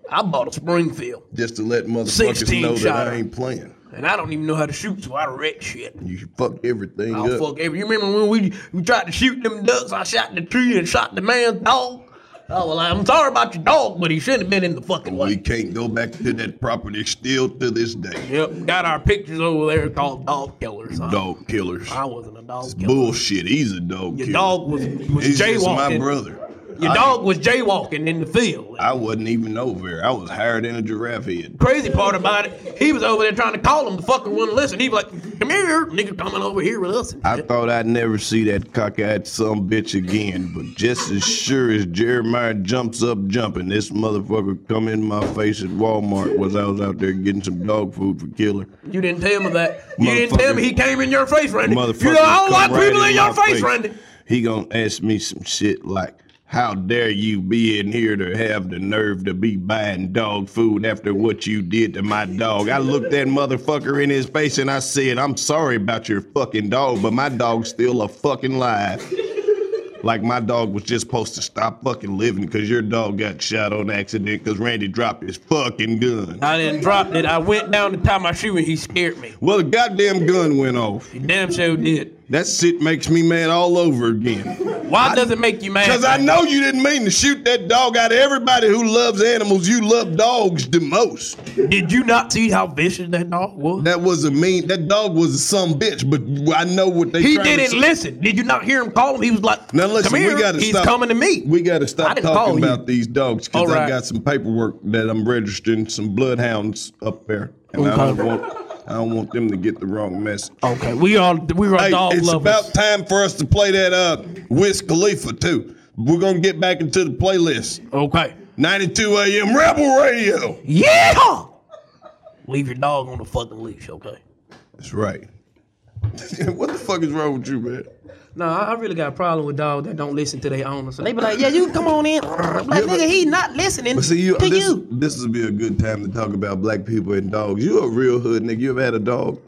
I bought a Springfield,
Just to let motherfuckers
16
know that
shot.
I ain't playing.
and I don't even know how to shoot, so I wreck shit.
You fuck everything
I'll
up.
fuck every. You remember when we we tried to shoot them ducks? I shot the tree and shot the man's dog. Oh well, I'm sorry about your dog, but he shouldn't have been in the fucking
We
way.
Oh, can't go back to that property still to this day.
Yep, got our pictures over there called dog killers. I-
Dog killers.
I wasn't a dog killer.
Bullshit. He's a dog
Your
killer.
dog was was
He's just
jaywalking.
my brother.
Your
I-
dog was jaywalking in the field.
I wasn't even over there. I was higher than a giraffe head.
Crazy part about it, he was over there trying to call him. The fucker wouldn't listen. He was like, "Come here, nigga, coming over here with us." and
I
shit."
thought I'd never see that cockeyed some bitch again, but just as sure as Jeremiah jumps up jumping, this motherfucker come in my face at Walmart was I was out there getting some dog food for killer.
You didn't tell me that. You didn't
Motherfucker.
tell me he came in your face, Randy.
Motherfucker,
you know, I don't
come
like
right
people in your
my
face, Randy.
He gonna ask me some shit like, "How dare you be in here to have the nerve to be buying dog food after what you did to my dog?" I looked that motherfucker in his face and I said, "I'm sorry about your fucking dog, but my dog's still a fucking live." Like my dog was just supposed to stop fucking living because your dog got shot on accident because Randy dropped his fucking gun.
I didn't drop it. I went down to tie my shoe and he scared me.
Well, the goddamn gun went off.
He damn sure did.
That shit makes me mad all over again.
Why does it make you mad?
Because I know you didn't mean to shoot that dog out of everybody who loves animals. You love dogs the most.
Did you not see how vicious that dog was?
That was a mean. That dog was a some bitch, but I know what they.
He
trying to
didn't
say.
listen. Did you not hear him call him? He was like,
Now listen,
Come here.
we gotta
He's
stop.
coming to me.
We gotta
I
stop
didn't call
talking
you.
about these dogs because
All right.
I got some paperwork that I'm registering some bloodhounds up there, and I
Okay.
don't want I don't want them to get the wrong message.
okay, we are we are
Hey,
dog
it's
lovers.
about time for us to play that uh Wiz Khalifa too. We're gonna get back into the playlist.
okay.
92 AM Rebel Radio.
Yeah. Leave your dog on the fucking leash, okay?
That's right. what the fuck is wrong with you, man?
No, I I really got a problem with dogs that don't listen to their owners. And they be like, yeah, you come on in. I'm like, nigga, he not listening
But see, you,
to
this,
you.
this would be a good time to talk about black people and dogs. You a real hood nigga. You ever had a dog?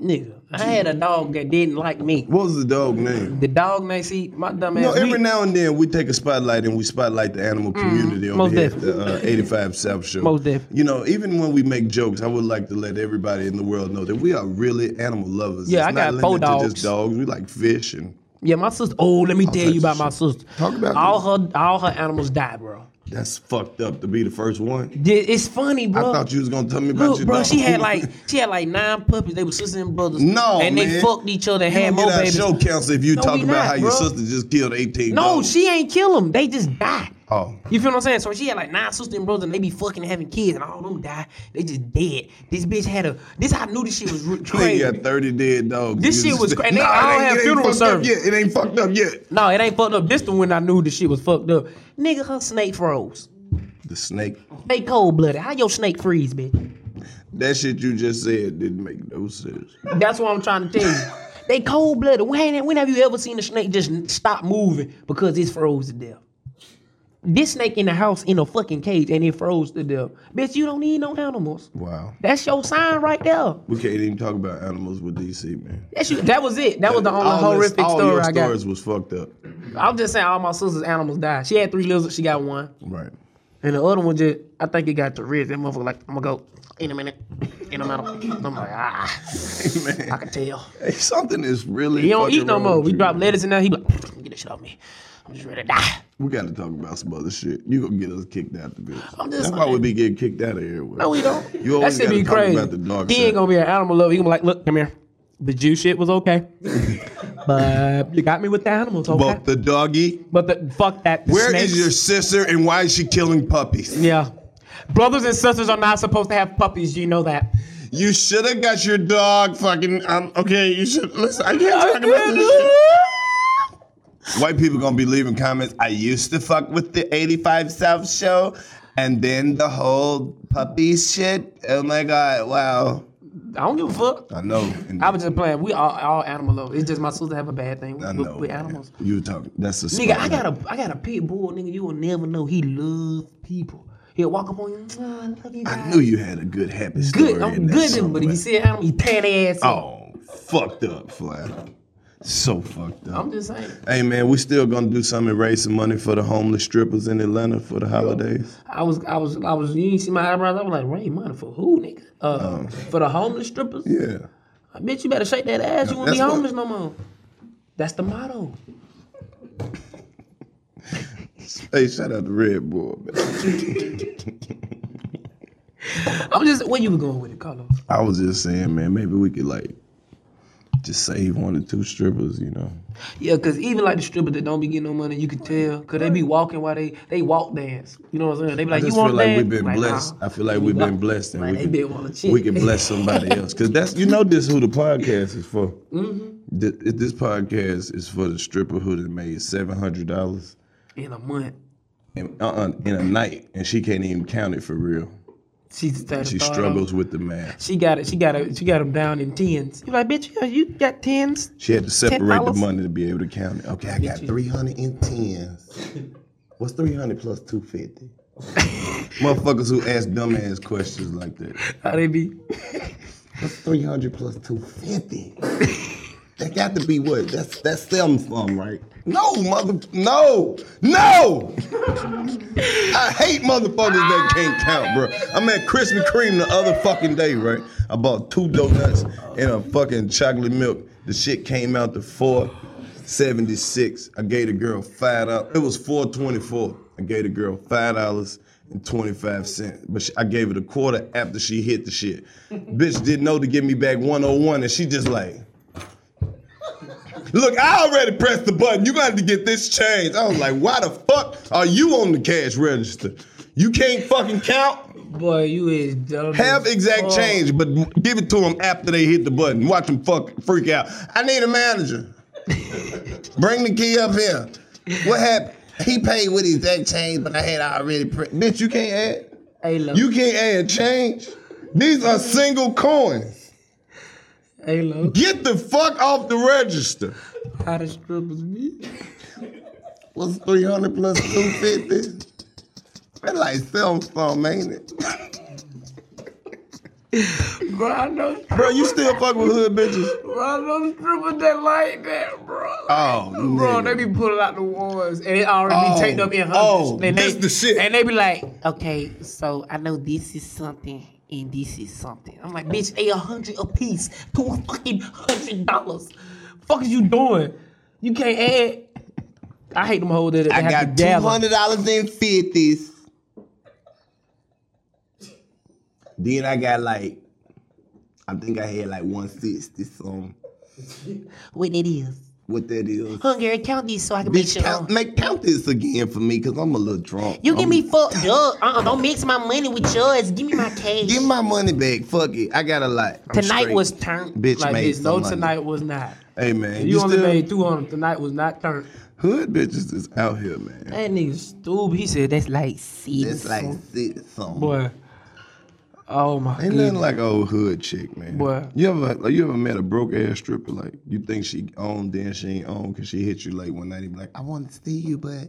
Nigga, I had a dog that didn't like me.
What was the dog name?
The dog may see my dumb ass.
No, every
we- Mm,
now and then we take a spotlight and we spotlight the animal community over
most
here at
definitely.
the uh, 85 South Show.
Most definitely.
You know, even when we make jokes, I would like to let everybody in the world know that we are really animal lovers.
Yeah,
it's
I
not
got four
limited To
dogs.
just dogs. We like fish and
yeah, my sister. Oh, let me tell
types
you
of
about my sister.
Talk about
all her all her animals died, bro.
that's fucked up to be the first one.
Yeah, It's funny, bro.
I thought you was gonna tell me about
Look,
your
bro,
dog.
she had like she had like nine puppies. They were sisters and brothers.
No,
and they
man.
fucked each other and
You
had
don't
more
get out
babies.
show counsel if you
No,
talk
we
about
not,
how your
bro.
sister just killed 18
No,
dogs.
she ain't kill them. They just die.
Oh.
You feel what I'm saying? So she had like nine sisters and brothers, and they be fucking having kids, and all of them die. They just dead. This bitch had a. This how I knew this shit was r-
They
crazy.
got 30 dead dogs.
This
You
shit was
just-
cra- and they
Nah,
all
it ain't-
have
it ain't
funeral
fucked up
service.
yet. It ain't fucked up yet.
No, it ain't fucked up. This the one I knew this shit was fucked up. Nigga, her snake froze.
The snake.
They cold blooded. How your snake freeze, bitch?
That shit you just said didn't make no sense.
That's what I'm trying to tell you. They cold blooded. When, when have you ever seen a snake just stop moving because it's froze to death? This snake in the house in a fucking cage and it froze to death. Bitch, you don't need no animals.
Wow.
That's your sign right there.
We can't even talk about animals with DC, man.
That's you, that was it. That was the only
All this-
horrific
all
story
your
I got.
stories was fucked up.
I'm just saying all my sister's animals died. She had three lizards, she got one.
Right.
And the other one just, I think it got to Riz. That motherfucker like, I'm gonna go in a minute, in a minute. I'm like, ah, I can tell.
Hey, something is really.
He don't eat
fucking
no
wrong
more.
with
We
you.
drop lettuce in there. He be like, "Mm, get this shit off me. I'm just ready to die.
We got to talk about some other shit. You gonna get us kicked out the bitch.
I'm just
That's why
like-
we be getting kicked out of here.
No, we don't.
You always
that shit be
gotta talk
crazy.
about the dark
he
side.
ain't gonna be an animal lover. He gonna be like, look, come here. The Jew shit was okay, but you got me with the animals, okay?
But the doggy.
but the fuck that. the
Where is
snakes.
your sister and why is she killing puppies?
Yeah. Brothers and sisters are not supposed to have puppies. You know that.
You should have got your dog fucking. Um, okay, you should listen. I can't talk about this shit. White people gonna be leaving comments. I used to fuck with the 85 South show, and then the whole puppy shit. Oh my god, wow.
I don't give a fuck.
I know. And
I was just playing. We are all animal lovers. It's just my sister have a bad thing with,
I
with,
know.
with
man.
animals.
You were talking. That's a
Nigga,
smart
I
man.
got a I got a pit bull, nigga. You will never know he love people. He'll walk up on you. "Oh, I love you
I
guys."
knew you had a good happy story.
Good, I'm
in there
good, to him, but if
somewhere.
you see an animal, you tear their ass. up.
Oh, fucked up, flat. So fucked up.
I'm just saying.
Hey man, we still gonna do something and raise some money for the homeless strippers in Atlanta for the holidays.
I was, I was, I was. You ain't see my eyebrows? I was like, rain money for who, nigga? Uh, for the homeless strippers?
Oh, Yeah.
I bet you better shake that ass. You won't
That's
be
what-
homeless no more. That's the motto.
Hey, shout out to Red Bull. Man.
I'm just where you were going with it, Carlos.
I was just saying, man, maybe we could like just save one or two strippers, you know.
Yeah, cause even like the strippers that don't be getting no money, you could tell, cause they be walking while they they walk dance. You know what I'm saying? They be
I
like,
just
you
feel
want
like
dance?
we've been
Like,
blessed.
nah.
I feel like we've
Nah.
been blessed, and
Like,
we
they
can,
been wanting shit.
we can bless somebody else. Cause that's you know this who the podcast is for.
Mm-hmm.
Th- This podcast is for the stripper who done made seven hundred dollars
in a month.
in uh-uh, in a night, and she can't even count it for real.
She's the
She struggles with the math.
She got it. She got it. She got them down in tens. You like, bitch? yeah, You got tens?
She had to separate the
$10?
money to be able to count it. Okay, I got three hundred and tens. What's three hundred plus two fifty? Motherfuckers who ask dumbass questions like that.
How they be?
300 plus 250. that got to be what? That's that's them thumb, right? No, mother, no, no. I hate motherfuckers that can't count, bro. I'm at Krispy Kreme the other fucking day, right? I bought two donuts and a fucking chocolate milk. The shit came out to four seventy six. I gave the girl five dollars. It was four twenty four. I gave the girl five dollars and twenty five cents, but she, I gave it a quarter after she hit the shit. Bitch didn't know to give me back one oh one, and she just like. Look, I already pressed the button. You got to get this changed. I was like, why the fuck are you on the cash register? You can't fucking count.
Boy, you is dumb.
Have
as
exact
fuck.
change, but give it to them after they hit the button. Watch them fuck freak out. I need a manager. Bring the key up here.
What happened? He paid with his exact change, but I had already print.
Bitch, you can't add.
Hey, look.
You can't add change. These are single coins.
hey, look.
Get the fuck off the register.
How the strippers be?
What's 300 plus 250? That's like cell phone, ain't it?
Bro, I know,
Bro, you still fuck with hood bitches.
bro, I know strippers that like that, bro.
Oh,
Bro,
nigga.
they be pulling out the ones and it already
Oh,
be taped up in hundreds.
oh,
and they,
that's the shit.
And they be like, okay, so I know this is something and this is something. I'm like, bitch, they a hundred a piece to a fucking hundred dollars. Fuck is you doing? You can't add. I hate them hoes that
I
have to
got
dabble.
$200 in 50s. Then I got like, I think I had like 160 some.
What it is?
What that is.
Hungry, count these so I can make
Bitch,
sure.
count, make, count this again for me, cause I'm a little drunk.
You get
I'm-
me fucked up. Uh-uh, don't mix my money with yours. Give me my cash.
Give my money back. Fuck it. I got a lot. I'm
Tonight
straight.
was turned
Bitch
like
made
this. No,
some money.
tonight was not.
Hey man,
You,
you,
only
still
made 200. Tonight was not turned.
hood bitches is out here, man.
That nigga stupid. He said that's like six.
It's like six something.
boy. Oh my
Ain't nothing
god.
like an old hood chick, man.
Boy.
You ever like, you ever met a broke ass stripper like you think she owned, then she ain't owned cause she hit you like one night and be like,
I want to see you, but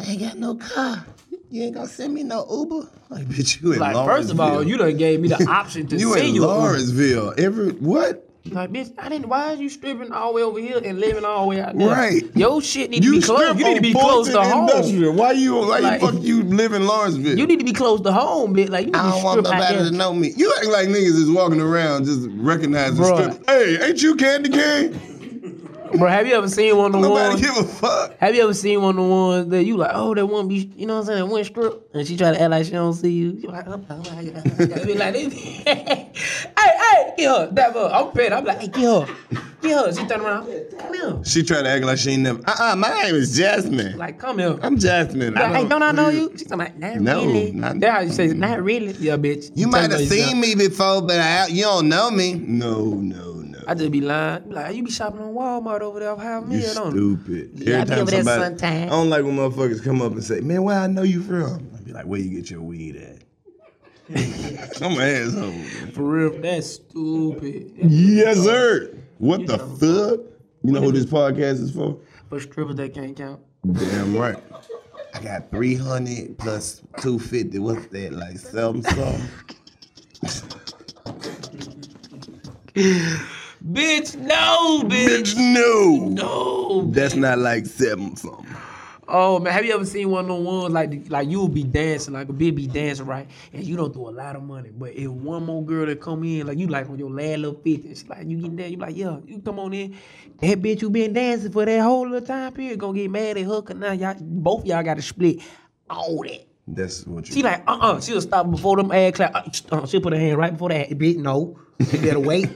I ain't got no car. You ain't gonna send me no Uber.
like bitch, you in
Like,
Lawrenceville.
first of all, you done gave me the option to
you
see
in
you.
Lawrenceville. Every what?
Like, bitch, I didn't. Why is you stripping all the way over here and living all the way out there?
Right.
Your shit need to
You
be close.
strip
You need to
on
be close to
Fulton
home.
Industrial. Why you why
Like-
you fuck you live in Lawrenceville?
You need to be close to home, bitch. Like you need
I
to
don't want
strip out
nobody
there.
to know me.
You act like niggas is walking around just recognizing
Bruh.
strip. Hey, ain't you Candy King?
Bro, have you ever seen one of the
Nobody
ones?
give a fuck.
Have you ever seen one of the ones that you like? Oh, that one be. You know what I'm saying? That one strip, and she try to act like she don't see you. You like, oh, oh, oh, oh, oh. I be like, this- hey, hey, get her. That her. I'm pissed. I'm like, hey, get her, get her. She turn around. Come here.
She tried to act like she ain't never. Uh uh my name is Jasmine.
Like, come here.
I'm Jasmine.
Like, hey,
don't-
don't I know you? She's talking about, not
No,
really.
not-
That's how you say, not really. Yeah, bitch.
You might have seen me before, but I, you don't know me.
No, no, no.
I just be lying. Be Like, you be shopping on Walmart over there. Half a
You
million on.
stupid.
I give it a sometime.
I don't like when motherfuckers come up and say, "Man, where I know you from?" I be like, "Where you get your weed at?" I'm an asshole. man.
For real, that's stupid.
Yes, sir. What the fuck? You know who this podcast is for?
But strippers, that can't count.
Damn right.
I got 300 plus 250. What's that? Like something, something?
Bitch, no, bitch.
Bitch, no.
No.
That's not like seven something.
Oh man, have you ever seen one of them ones like the- like you'll be dancing, like a bitch be dancing, right? And you don't throw a lot of money. But if one more girl that come in, like you like on your last little fifty, and she like you getting there, you like, yeah, you come on in. That bitch you been dancing for that whole little time period, gonna get mad at her cause now y'all both y'all gotta split all that.
That's what you.
She like, uh-uh, she'll stop before them ad clap. Uh, uh, she'll put her hand right before that bitch. No. You better wait.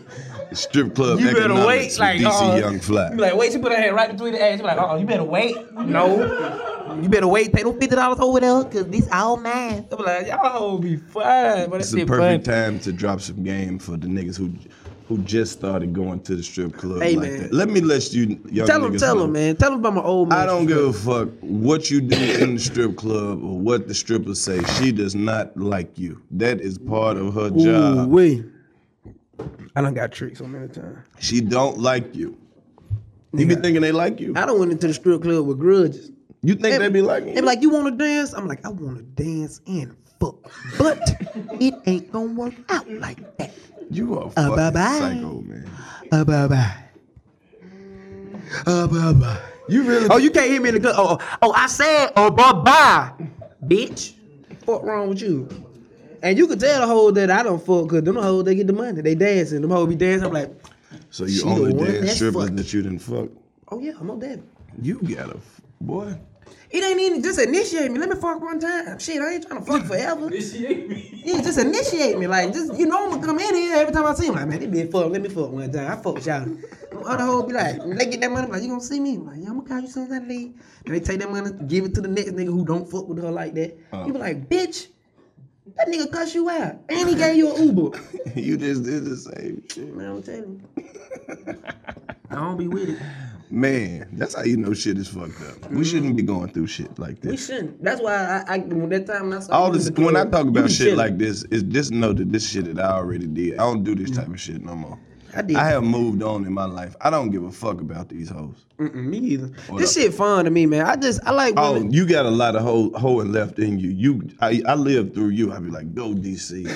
Strip club.
You better
economics
wait.
with
Like,
DC
uh,
Young Fly.
You be like, wait, she put her hand right between the ass. You be like, uh-uh, you better wait. No. You better wait. Pay them fifty dollars over there, cause this all mine. I'm like, y'all will be fine. But that's
It's the
it, fun.
perfect time to drop some game for the niggas who who just started going to the strip club
Hey,
like
man.
that. Let me let you young
Tell them,
niggas
tell
know.
them, man. Tell them about my old man.
I don't give a fuck what you do in the strip club or what the strippers say. She does not like you. That is part of her
Ooh,
job.
wee. I done got tricked so many times.
She don't like you. You be thinking they like you.
I don't went into the strip club with grudges.
You think they be liking
They
you?
be like, you want to dance? I'm like, I want to dance and fuck, but it ain't gonna work out like that.
You
uh,
are fucking
bye-bye.
psycho, man.
Uh, bye bye. Uh, bye bye.
You really?
Oh, you can't hit me in the gut. Oh, oh, oh, I said, oh, bye bye, bitch. Fuck wrong with you? And you could tell the whole that I don't fuck because them the hoes they get the money. They dancing. Them hoes be dancing. I'm like,
So you
She
only
the one
dance
that's
strippers
fucked.
that you didn't fuck.
oh yeah, I'm on that.
You got a f- boy.
It ain't even just initiate me. Let me fuck one time. Shit, I ain't trying to fuck forever.
Initiate me.
Yeah, just initiate me. Like, just, you know, I'm gonna come in here every time I see him. Like, man, this bitch fuck. Let me fuck one time. I fuck y'all. Them Other hoes be like, when they get that money. I'm like, you gonna see me? I'm like, yeah, I'm gonna call you soon as I leave. And they take that money, give it to the next nigga who don't fuck with her like that.
Uh.
You be like, bitch, that nigga cuss you out. And he gave you an Uber.
you just did the same shit.
Man, I'm telling you. I don't be with it.
Man, that's how you know shit is fucked up. We shouldn't be going through shit like
Mm-hmm. We
this.
shouldn't. That's why I, I when that time when I saw
All
you in
this
the
when I
club,
talk
you
about
was
shit
chilling.
like this, it's just know that this shit that I already did. I don't do this type of shit no more.
Mm-hmm. I did.
I have moved on in my life. I don't give a fuck about these hoes.
Mm-mm, me either.
Hold
This
up.
shit fun to me, man. I just I like
Oh,
women.
you got a lot of ho- hoeing left in you. You, I, I live through you. I'd be like, go DC,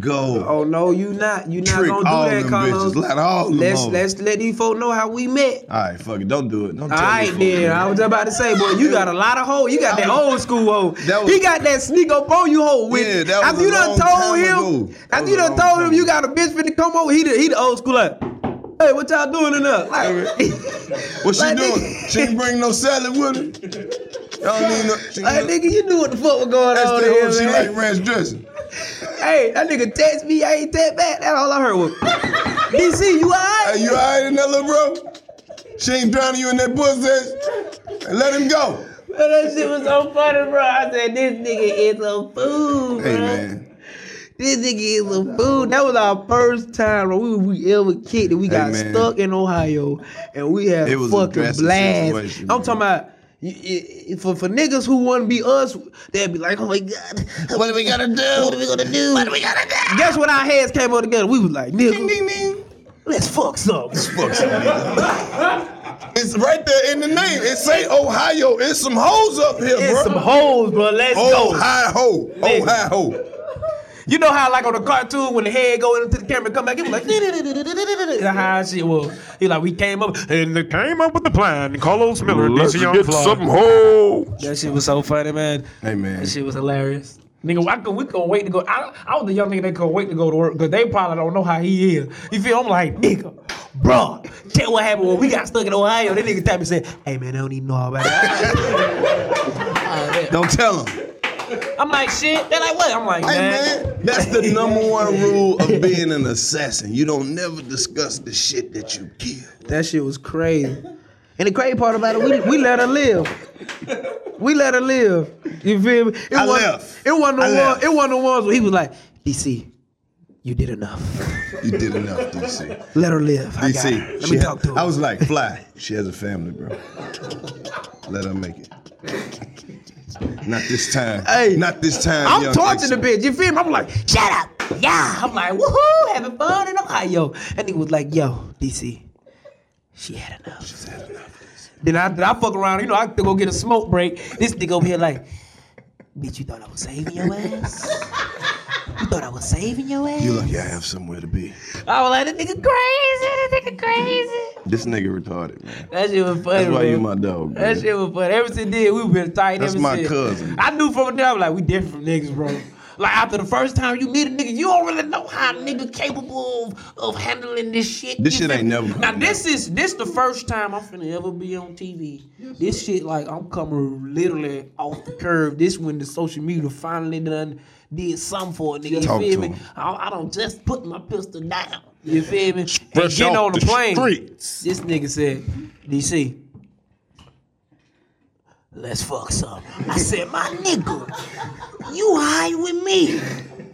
go.
Oh no, you not you not
Trick
gonna do
all
that,
them
Carlos.
bitches. Let all them
let's
hoes.
let's let these folk know how we met.
All right, fuck it. Don't do it. Don't.
All
tell me
right,
fuck it.
then. I was just about to say, boy, you got a lot of hoe. You got that old school hoe.
That was-
he got that sneak up on you hoe. With,
Yeah, that was
after
a
you done
long
told
time
him,
ago. That
after
was
you
a
done
long
told
time
him you got a bitch finna come over, he the, he the old school like, hey, what y'all doing in there? Like,
What she
Like,
doing?
nigga-
She ain't bring no salad with her. Y'all need no. She
like, nigga, you knew what the fuck was going
that's
on
the
here,
hoe she
man.
like ranch dressing.
Hey, that nigga text me, I ain't text back. That's all I heard was, DC, you alright?
Hey, you alright in that little bro? She ain't drowning you in that pussy. Let him go.
That shit was so funny, bro. I said, this nigga is a fool,
Hey
bro.
man,
This nigga is a fool. That was our first time bro, we, we ever kicked it. We got
man.
stuck in Ohio and we had
It
a
was a
fucking
drastic
blast.
situation,
I'm
man.
talking about y- y- for, for niggas who want to be us, they'd be like, oh my God.
What are we gonna do? What are we gonna do? What are we gonna do?
Guess what? Our heads came up together. We was like, nigga, let's fuck some.
it's right there in the name. It say Ohio. It's some hoes up here, Oh,
It's
bro.
some hoes, bro. Let's go.
Ohio, Ohio.
You know how like on the cartoon when the head go into the camera and come back, it was like that's how shit was. He like we came up and they came up with the plan. Carlos Miller, DC on fly.
hoes.
That shit was so funny, man.
Hey man,
That shit was hilarious. Nigga, I could, we couldn't wait to go. I, I was the young nigga that couldn't wait to go to work because they probably don't know how he is. You feel? I'm like, nigga, bruh, check what happened when we got stuck in Ohio. That nigga tapped me and said, hey, man, I don't even know all about that.
don't tell him.
I'm like, shit. They're like, what? I'm like,
Hey
man.
man, that's the number one rule of being an assassin. You don't never discuss the shit that you kill.
That shit was crazy. And the crazy part about it, we, we let her live. We let her live. You feel me? It
I
wasn't-
left.
It wasn't the
I
one.
left.
It wasn't the ones where he was like, DC, you did enough.
You did enough, DC.
Let her live. I got her.
DC.
Let
she
me
ha-
talk to her.
I was like, fly. She has a family, bro. Let her make it. Not this time.
Hey,
Not this time.
I'm
young
torturing the
Dixie.
bitch. You feel me? I'm like, shut up. Yeah. I'm like, woohoo, having fun in Ohio. And he was like, yo, DC, she had enough. She's had enough. Then I, then I fuck around. You know, I go get a smoke break. This nigga over here like, bitch, you thought I was saving your ass? You thought I was saving your ass?
You lucky I have somewhere to be.
I was like, this nigga crazy. This nigga crazy.
This nigga retarded, man.
That shit was funny,
That's why
man.
you my dog, man.
That shit was fun. Ever since then, we've been tight.
That's
ever
my
since.
cousin.
I knew from there, I'm like, we different from niggas, bro. Like after the first time you meet a nigga, you don't really know how a nigga capable of, of handling this shit.
This
You
shit
feel
ain't
me?
never
Now
gonna
this is this the first time I'm finna ever be on TV. This shit like I'm coming literally off the curve. This when the social media finally done did something for a nigga.
Talk
you feel
to
me?
him.
I, I don't just put my pistol down. You feel me? And
Fresh
get
off
on the,
the
plane.
streets.
This nigga said, DC, let's fuck some. I said, my nigga, you high with me.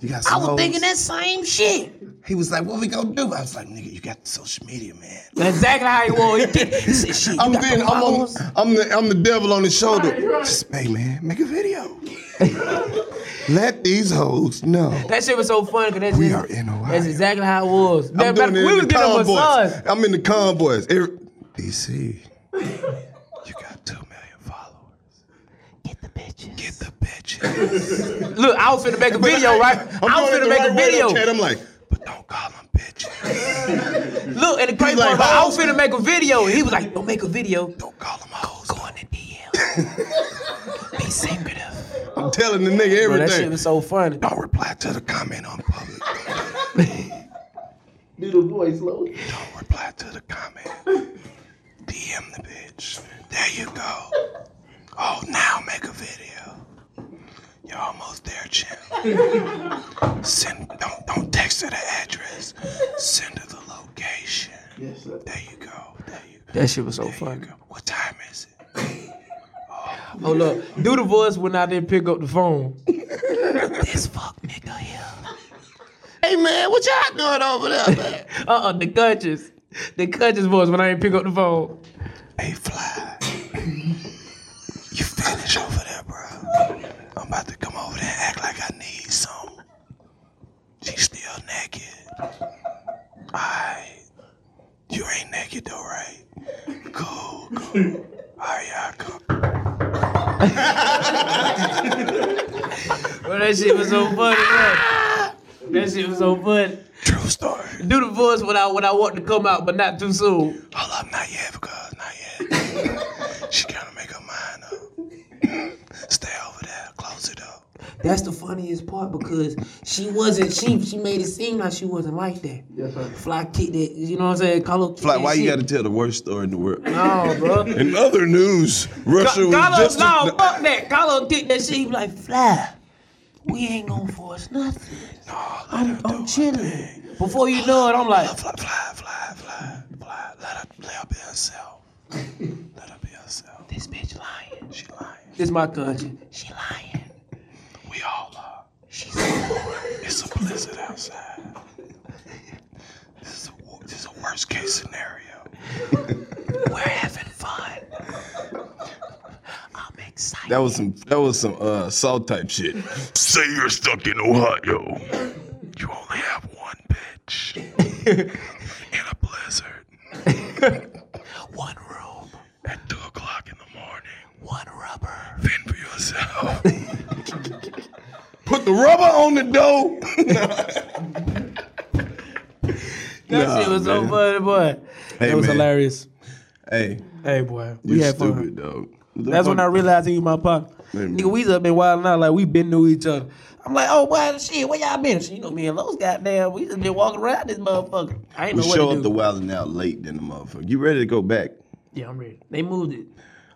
You got
I
some
was
hoes.
thinking that same shit.
He was like, what we gonna do? I was like, nigga, you got the social media, man.
That's exactly how he was. He, did- he said, shit, you
I'm
got
then
the
I'm on,
followers?
I'm the I'm the devil on his shoulder. Just, hey man, make a video. Let these hoes know.
That shit was so funny because that's,
We
just-
are in Ohio.
that's exactly how it was.
I'm
Matter of
doing
fact,
it
we
in
was
the
getting a
convoys.
massage.
I'm in the convoys. Every- DC, you got two million followers.
Get the bitches.
Get the bitches.
Look, I was finna make a video, right?
I'm
I was
doing
finna
it the
make
right
a
way,
video.
though, Chad. I'm like, but don't call them bitches.
Look, and the crazy part
like,
about it, I
"Hoes."
was finna make a video. He was like, don't make a video.
Don't call them hoes.
Be secretive.
I'm telling the nigga
Bro, that
everything.
shit was so funny.
Don't reply to the comment on public.
Do the voice low.
Don't reply to the comment. DM the bitch. There you go. Oh, now make a video. You're almost there, champ. Send don't don't text her the address. Send her the location.
Yes, sir.
There you go. There you go.
That shit was so
There you
funny.
go. What time is it?
Oh look, do the voice when I didn't pick up the phone. this fuck nigga here.
Hey man, what y'all doing over there, man?
Uh uh the conscious. The conscious voice when I didn't pick up the phone.
Hey, fly. you finish over there, bro. I'm about to come over there and act like I need some. She still naked. I. You ain't naked though, right? Cool, cool. Alright, y'all come.
Bro, that shit was so funny, bro. That shit was so funny.
True story.
Do the voice when I when I want to come out, but not too soon.
Hold up, not yet, because not yet. she gotta make her mind up. Stay over there, close it up.
That's the funniest part because she wasn't she she made it seem like she wasn't like that. Yes, sir. Fly kicked it, you know what I'm saying? Carlo kicked
Fly,
that
why you
shit.
gotta tell the worst story in the world?
Oh,
No, bro.
In other news, Russia was
Carlo,
just.
no, fuck that. Carlo kicked that shit. He be like, Fly, we ain't gonna force nothing. I'm, I'm chilling. Before you know it, I'm like,
Fly, fly, fly, fly, fly. Let her, let her be herself. Let her be herself.
this bitch lying.
She lying.
This my country. She lying.
We all are. It's a blizzard outside. This is a, wo- this is a worst case scenario.
We're having fun. I'm excited.
That was some. That was some uh, salt type shit. Say you're stuck in Ohio. You only have one bitch in a blizzard.
One room,
At two o'clock in the morning.
one rubber.
Fend for yourself. Put the rubber on the dough.
That
Nah,
shit was so
man.
funny, boy.
Hey,
it was
man.
hilarious.
hey,
Hey, boy, we
you
had fun.
stupid dog.
That's when I realized he was my partner.
Amen.
Nigga, we up been wild out like we been to each other. I'm like, oh, why shit? Where y'all been? Shit, you know me and Lowe's goddamn. We just been walking around this motherfucker. I ain't
We
know what
show
to
up
do.
the wilding out late than the motherfucker. You ready to go back?
yeah, I'm ready. They moved it.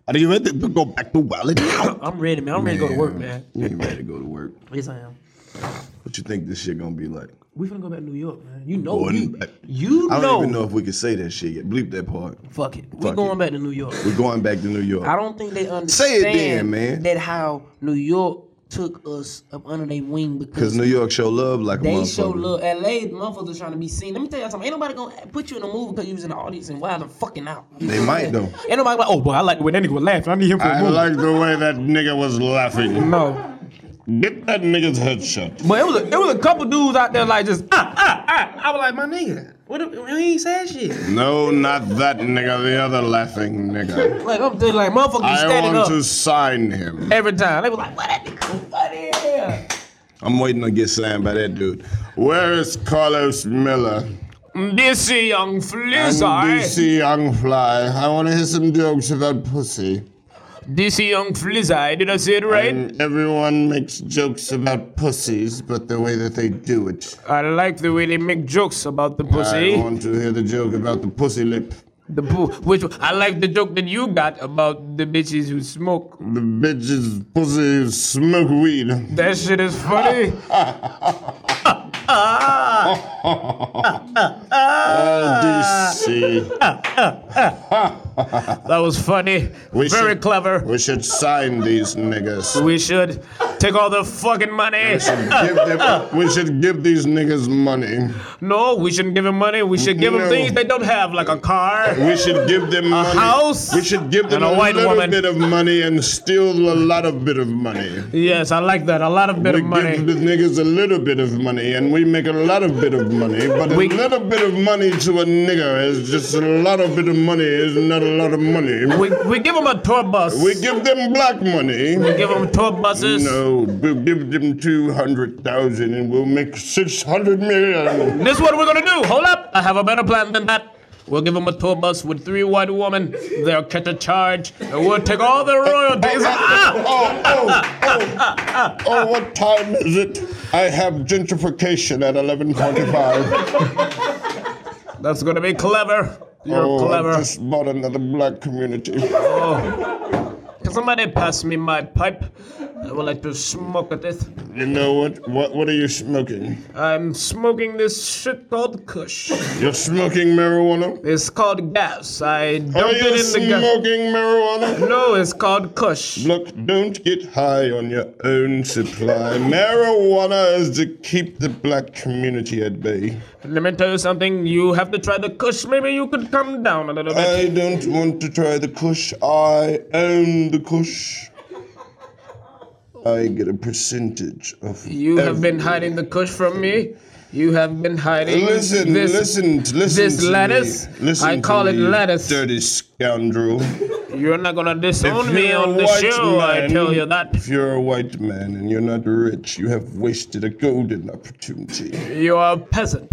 Are you ready to go back to wilding out?
I'm ready, man. I'm ready to go to work, man.
You ain't ready to go to work.
Yes, I am.
What you think this shit gonna be like?
We finna go back to New York, man. You know,
Going
you,
back.
you
I don't
know.
even know if we can say that shit yet. Bleep that part.
Fuck it.
Fuck
We
it.
going back to New York.
We're going back to New York.
I don't think they understand
Say it then, man.
that how New York took us up under their wing because
Cause New York show love like a
They
motherfucker.
show love. LA motherfuckers trying to be seen. Let me tell y'all something. Ain't nobody gonna put you in a movie because you was in the audience and wild and fucking out.
They might though.
Ain't nobody like, oh boy, I like the way that nigga was laughing. I need him for a movie.
the way that nigga was laughing.
no.
Get that nigga's head shut.
But it was a, it was a couple dudes out there like just ah ah ah. I was like, my nigga, what the, he ain't said shit.
No, not that nigga, the other laughing nigga.
Like I'm just like motherfuckers be standing up
sign him.
every time. They was like, what that nigga funny yeah.
I'm waiting to get signed by that dude. Where is Carlos Miller?
This a young
I'm
flizzard.
DC Young Fly. I want to hear some jokes about pussy.
This a young flizzard. Did I say it right?
And everyone makes jokes about pussies, but the way that they do it.
I like the way they make jokes about the
I want to hear the joke about the pussy lip.
The poo, which I like the joke that you got about the bitches who smoke.
The bitch's pussy smoke weed.
That shit is funny.
DC.
That was funny.
We
Very
should-
clever.
We should sign these niggas.
We should take all the fucking money.
We should give, them, we should give these niggas money.
No, we shouldn't give them money. We should give them
No.
things they don't have, like a car.
We should give them money.
house
We should give them
and a
a,
white
little
woman.
bit of money and steal a lot of bit of money.
Yes, I like that. A lot of bit
we
of money.
give the niggas a little bit of money, and we make a lot of bit of money. But
We-
a little bit of money to a nigga is just a lot of bit of money. Is not a lot of money.
we, we give them a tour bus.
We give them black money.
We give them tour buses.
No, we'll give them two hundred thousand, and we'll make six hundred million.
This is what we're gonna do. Hold up. I have a better plan than that.
We'll give them a tour bus with three white women. They'll catch a charge, and we'll take all their royalties. Ah!
Oh, oh, oh, oh, what time is it? I have gentrification at 11.45.
That's gonna be clever. You're
oh,
clever.
I just bought another black community.
Can somebody pass me my pipe? I would like to smoke at it.
You know what? What What are you smoking?
I'm smoking this shit called Kush.
You're smoking marijuana?
It's called gas. I dump
Are you
it in the gas.
smoking marijuana?
No, it's called Kush.
Look, don't get high on your own supply. Marijuana is to keep the black community at bay.
Let me tell you something. You have to try the Kush. Maybe you could come down a little bit.
I don't want to try the kush. I own the kush. I get a percentage of.
You have been
every-
hiding the Kush from me. You have been hiding
Listen,
this.
listen, listen.
this
to
lettuce?
Me. Listen
I
to
call it
me,
lettuce.
Dirty scoundrel.
You're not gonna disown
If
me
you're a
on the
white
show. I
man-
tell you that.
If you're a white man and you're not rich, you have wasted a golden opportunity.
You are a peasant.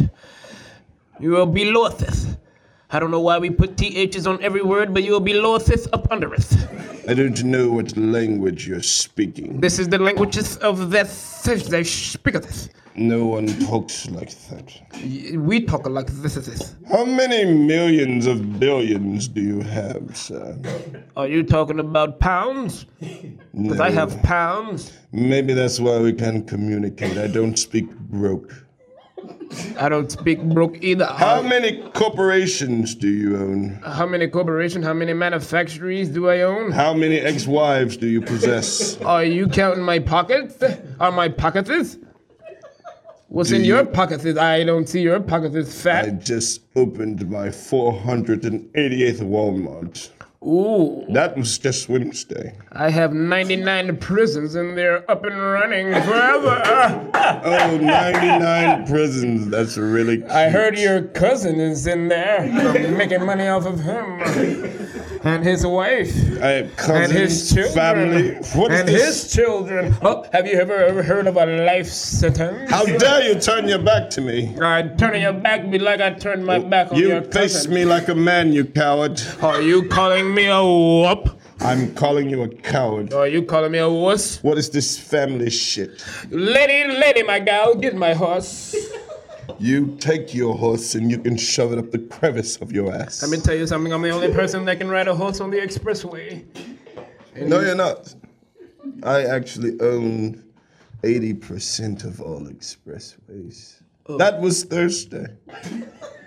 You will be loatheth. I don't know why we put THs on every word, but you will be loatheth up undereth.
I don't know what language you're speaking.
This is the languages of the th- they speaketh.
No one talks like that.
We talk like this is this.
How many millions of billions do you have, sir?
Are you talking about pounds? Because I have pounds.
Maybe that's why we can communicate. I don't speak broke.
I don't speak broke either. Uh,
How
How,
many corporations do you own?
many corporations, how many manufactories do I own?
How many ex-wives do you possess?
Are you counting my pockets? Are my pockets? What's
Do
in your
you-
pockets? I don't see your pockets is
I
fat.
just opened my 488th Walmart.
Ooh,
That was just Wednesday.
I have 99 prisons and they're up and running forever.
Oh, 99 prisons. That's really cute.
I heard your cousin is in there. I'm making money off of him and his wife
I have
and
cousins,
his children
family. What is
and
this?
his children. Oh, have you ever ever heard of a life sentence?
How dare you turn your back to me?
I turning your back be like I turned my back on
You
your
face
cousin.
me like a man, you coward.
Are you calling me a whoop?
I'm calling you a coward.
Are you calling me a wuss?
What is this family shit?
Lady, lady, my gal, get my horse.
You take your horse and you can shove it up the crevice of your ass.
Let me tell you something. I'm the only person that can ride a horse on the expressway.
no, you're not. I actually own 80% of all expressways.
Oh.
That was Thursday.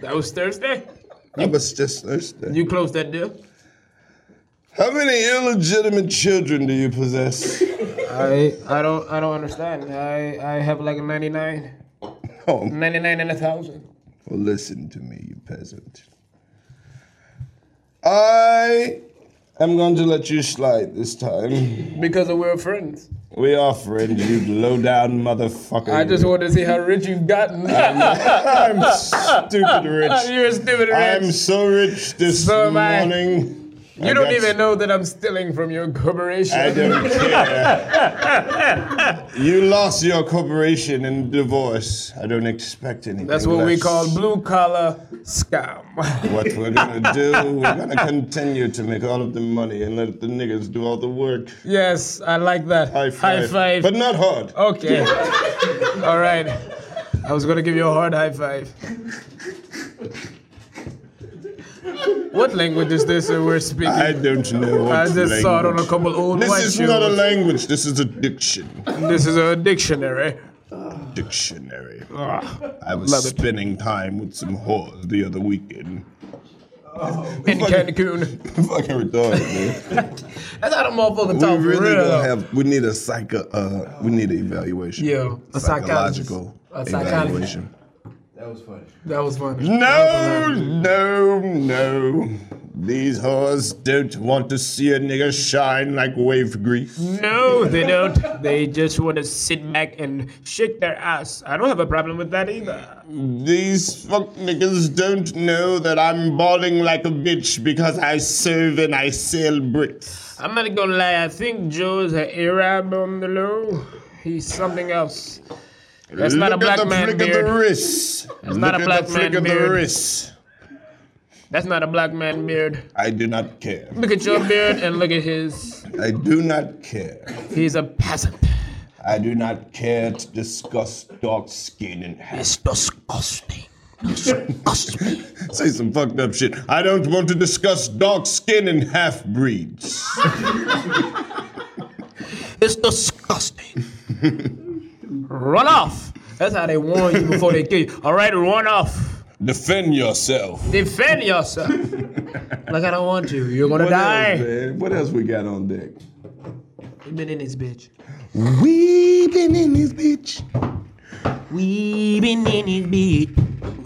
That was Thursday.
That was just Thursday.
You closed that deal.
How many illegitimate children do you possess?
I I don't I don't understand. I I have like a 99,
Oh,
99 and a thousand.
well, listen to me, you peasant. I am going to let you slide this time.
Because we're friends.
We are friends, you low down motherfucker.
I just wanted to see how rich you've gotten.
I'm stupid rich.
Ah, You're a stupid
I'm
rich.
so rich this
So am I.
morning.
You don't even know that I'm stealing from your corporation.
I don't care. you lost your corporation in divorce. I don't expect anything.
That's what we
less.
call blue collar scam.
What we're gonna do, we're gonna continue to make all of the money and let the niggas do all the work.
yes, I like that.
High five.
High five. Oh.
But not hard.
okay. All right. I was gonna give you a hard high five. What language is this that we're speaking?
I don't know what
I just
language.
saw it on a couple old
This
white
is
shoes.
not a language, this is a diction.
This is a dictionary.
Dictionary.
Ugh.
I was
Ah. Love it.
spending time with some whores the other weekend.
In Cancun.
Fucking retarded, man.
That's how the motherfucker
we
talk for
really
real.
gonna have. We need a psycho. Uh, we need an evaluation.
Yeah, a psychologist.
psychological
A psychologist.
evaluation.
that was funny.
No, no, no. These whores don't want to see a nigga shine like wave grease.
No, they don't. They just want to sit back and shake their ass. I don't have a problem with that either.
These fuck niggas don't know that I'm balling like a bitch because I serve and I sell bricks.
I'm not gonna lie. I think Joe's an Arab on the low. He's something else. That's
Look
not a
at
black
the
man
flick of
beard.
the wrists. Look
not a
at
black
the flick
man
of the
beard.
wrists.
That's not a black man beard.
I do not care.
Look at your beard and look at his.
I do not care.
He's a peasant.
I do not care to discuss dark skin and hair.
It's disgusting. Disgusting.
Say some fucked up shit. I don't want to discuss dark skin and half breeds.
It's disgusting.
Run off. That's how they warn you before they kill you. All right, run off.
Defend yourself.
Defend yourself. like I don't want you. You're gonna
What else,
die.
man? What else we got on deck?
He been in this bitch.
We been in this bitch.
We been in this bitch.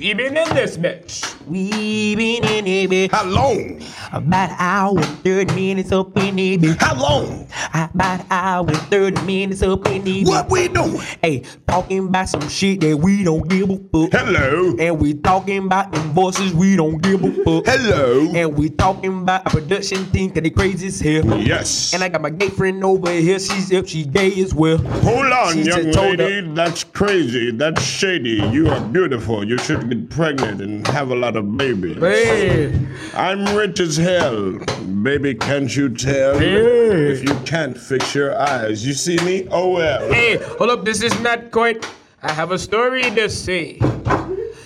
We been in this bitch.
We been in this bitch.
How long?
About an hour and 30 minutes up in this bitch.
How long?
About an hour and 30 minutes up in this bitch.
What we doing?
Hey, talking about some shit that we don't give a fuck.
Hello.
And we talking about them voices we don't give a fuck.
Hello.
And we talking about a production thing that they crazy as hell.
Yes.
And I got my gay friend over here. She's up. She gay as well.
Hold on,
She's
young
a toad
lady. That's crazy. That's shady. You are beautiful. You should get pregnant and have a lot of babies.
Hey,
I'm rich as hell. Baby, can't you tell?
Hey.
If you can't fix your eyes, you see me? Oh well.
hey, hold up. This is not quite. I have a story to say.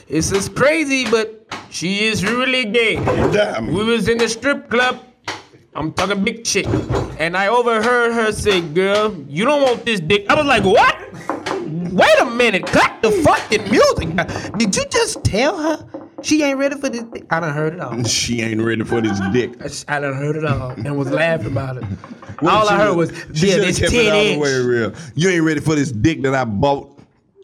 This is crazy, but she is really gay.
Damn.
We was in the strip club. I'm talking big chick, and I overheard her say, "Girl, you don't want this dick." I was like, "What? Wait a minute! Cut the fucking music! Now, Did you just tell her she ain't ready for this?" Dick? I done heard it all.
She ain't ready for this dick.
I s- I done heard it all and was laughing about it. all I heard was,
she
"Yeah,
shoulda
this
kept
ten
it all the
inch."
way real. You ain't ready for this dick that I bought.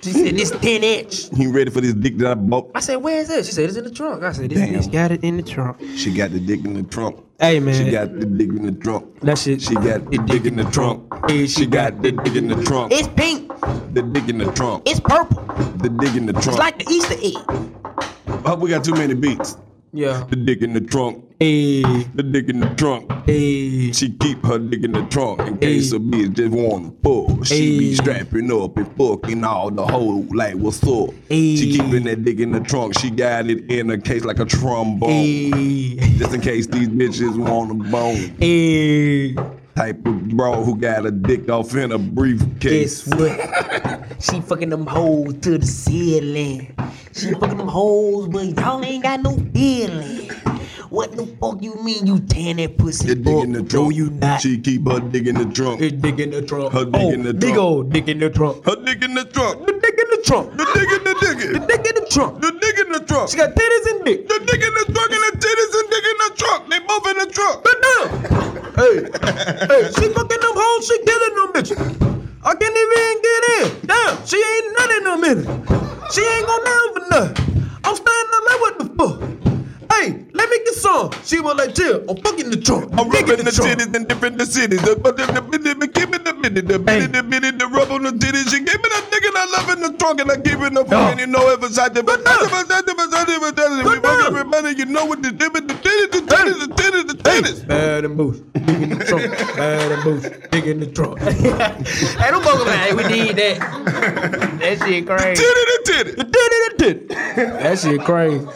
She said this 10 inch.
You ain't ready for this dick that I bought.
I said, "Where is this?" She said, "It's in the trunk." I said, "This
Damn.
bitch
Got it in the trunk.
She got the dick in the trunk.
Hey man.
She got the dick in the trunk.
That shit-
She got the dick in the trunk.
Hey,
She got the dick in the trunk.
It's pink.
The dick in the trunk.
It's purple.
The dick in the trunk.
Like the Easter egg.
oh, we got too many beats.
yeah."
The dick in the trunk.
Hey,
The dick in the trunk.
hey.
She keep her dick in the trunk in case a bitch just wanna pull. She be
Ayy.
strapping up and fucking all the whole like what's up.
Ayy.
She keeping that dick in the trunk. She got it in a case like a trombone.
Hey,
Just in case these bitches want a bone.
hey.
Type of bro who got a dick off in a briefcase.
Guess what? she fucking them hoes to the ceiling. She fucking them hoes, but y'all ain't got no feeling. What the fuck you mean you tan that pussy?
Your dick
up?
in the trunk.
No, you not.
She keep her dick in the trunk.
His dick in the trunk.
Her dick
oh,
in the
big
trunk.
old dick in the trunk.
Her dick in the trunk.
The dick in the trunk.
The dick in the dick.
The dick in the trunk.
The dick in the trunk.
She got titties and dick.
The dick in the trunk and the titties and dick in the trunk. They both in the trunk.
hey, hey, she fucking them hoes, she killing them bitches. I can't even get in. Damn, she ain't none in a minute. She ain't gonna down for nothing. I'm standing up like what the fuck? Hey, let me get some. She was like, chill, I'm fucking the trunk.
I'm
digging
rubbing the
trunk.
titties in different cities. The but the the minute the give me the minute the minute the minute the rub on the titties. She gave me that dick and I love in the trunk and I give it up for
Yeah.
and you know if it's out there. But
now.
that's about that about that about that. We
But
want
now.
everybody you know what the dip the titties the titties the titties the titties.
Bad and boost, dig in the trunk. Bad and boost, dig in the trunk. hey, don't fuck about it. We need that. That shit crazy.
Titty the titty.
That shit crazy.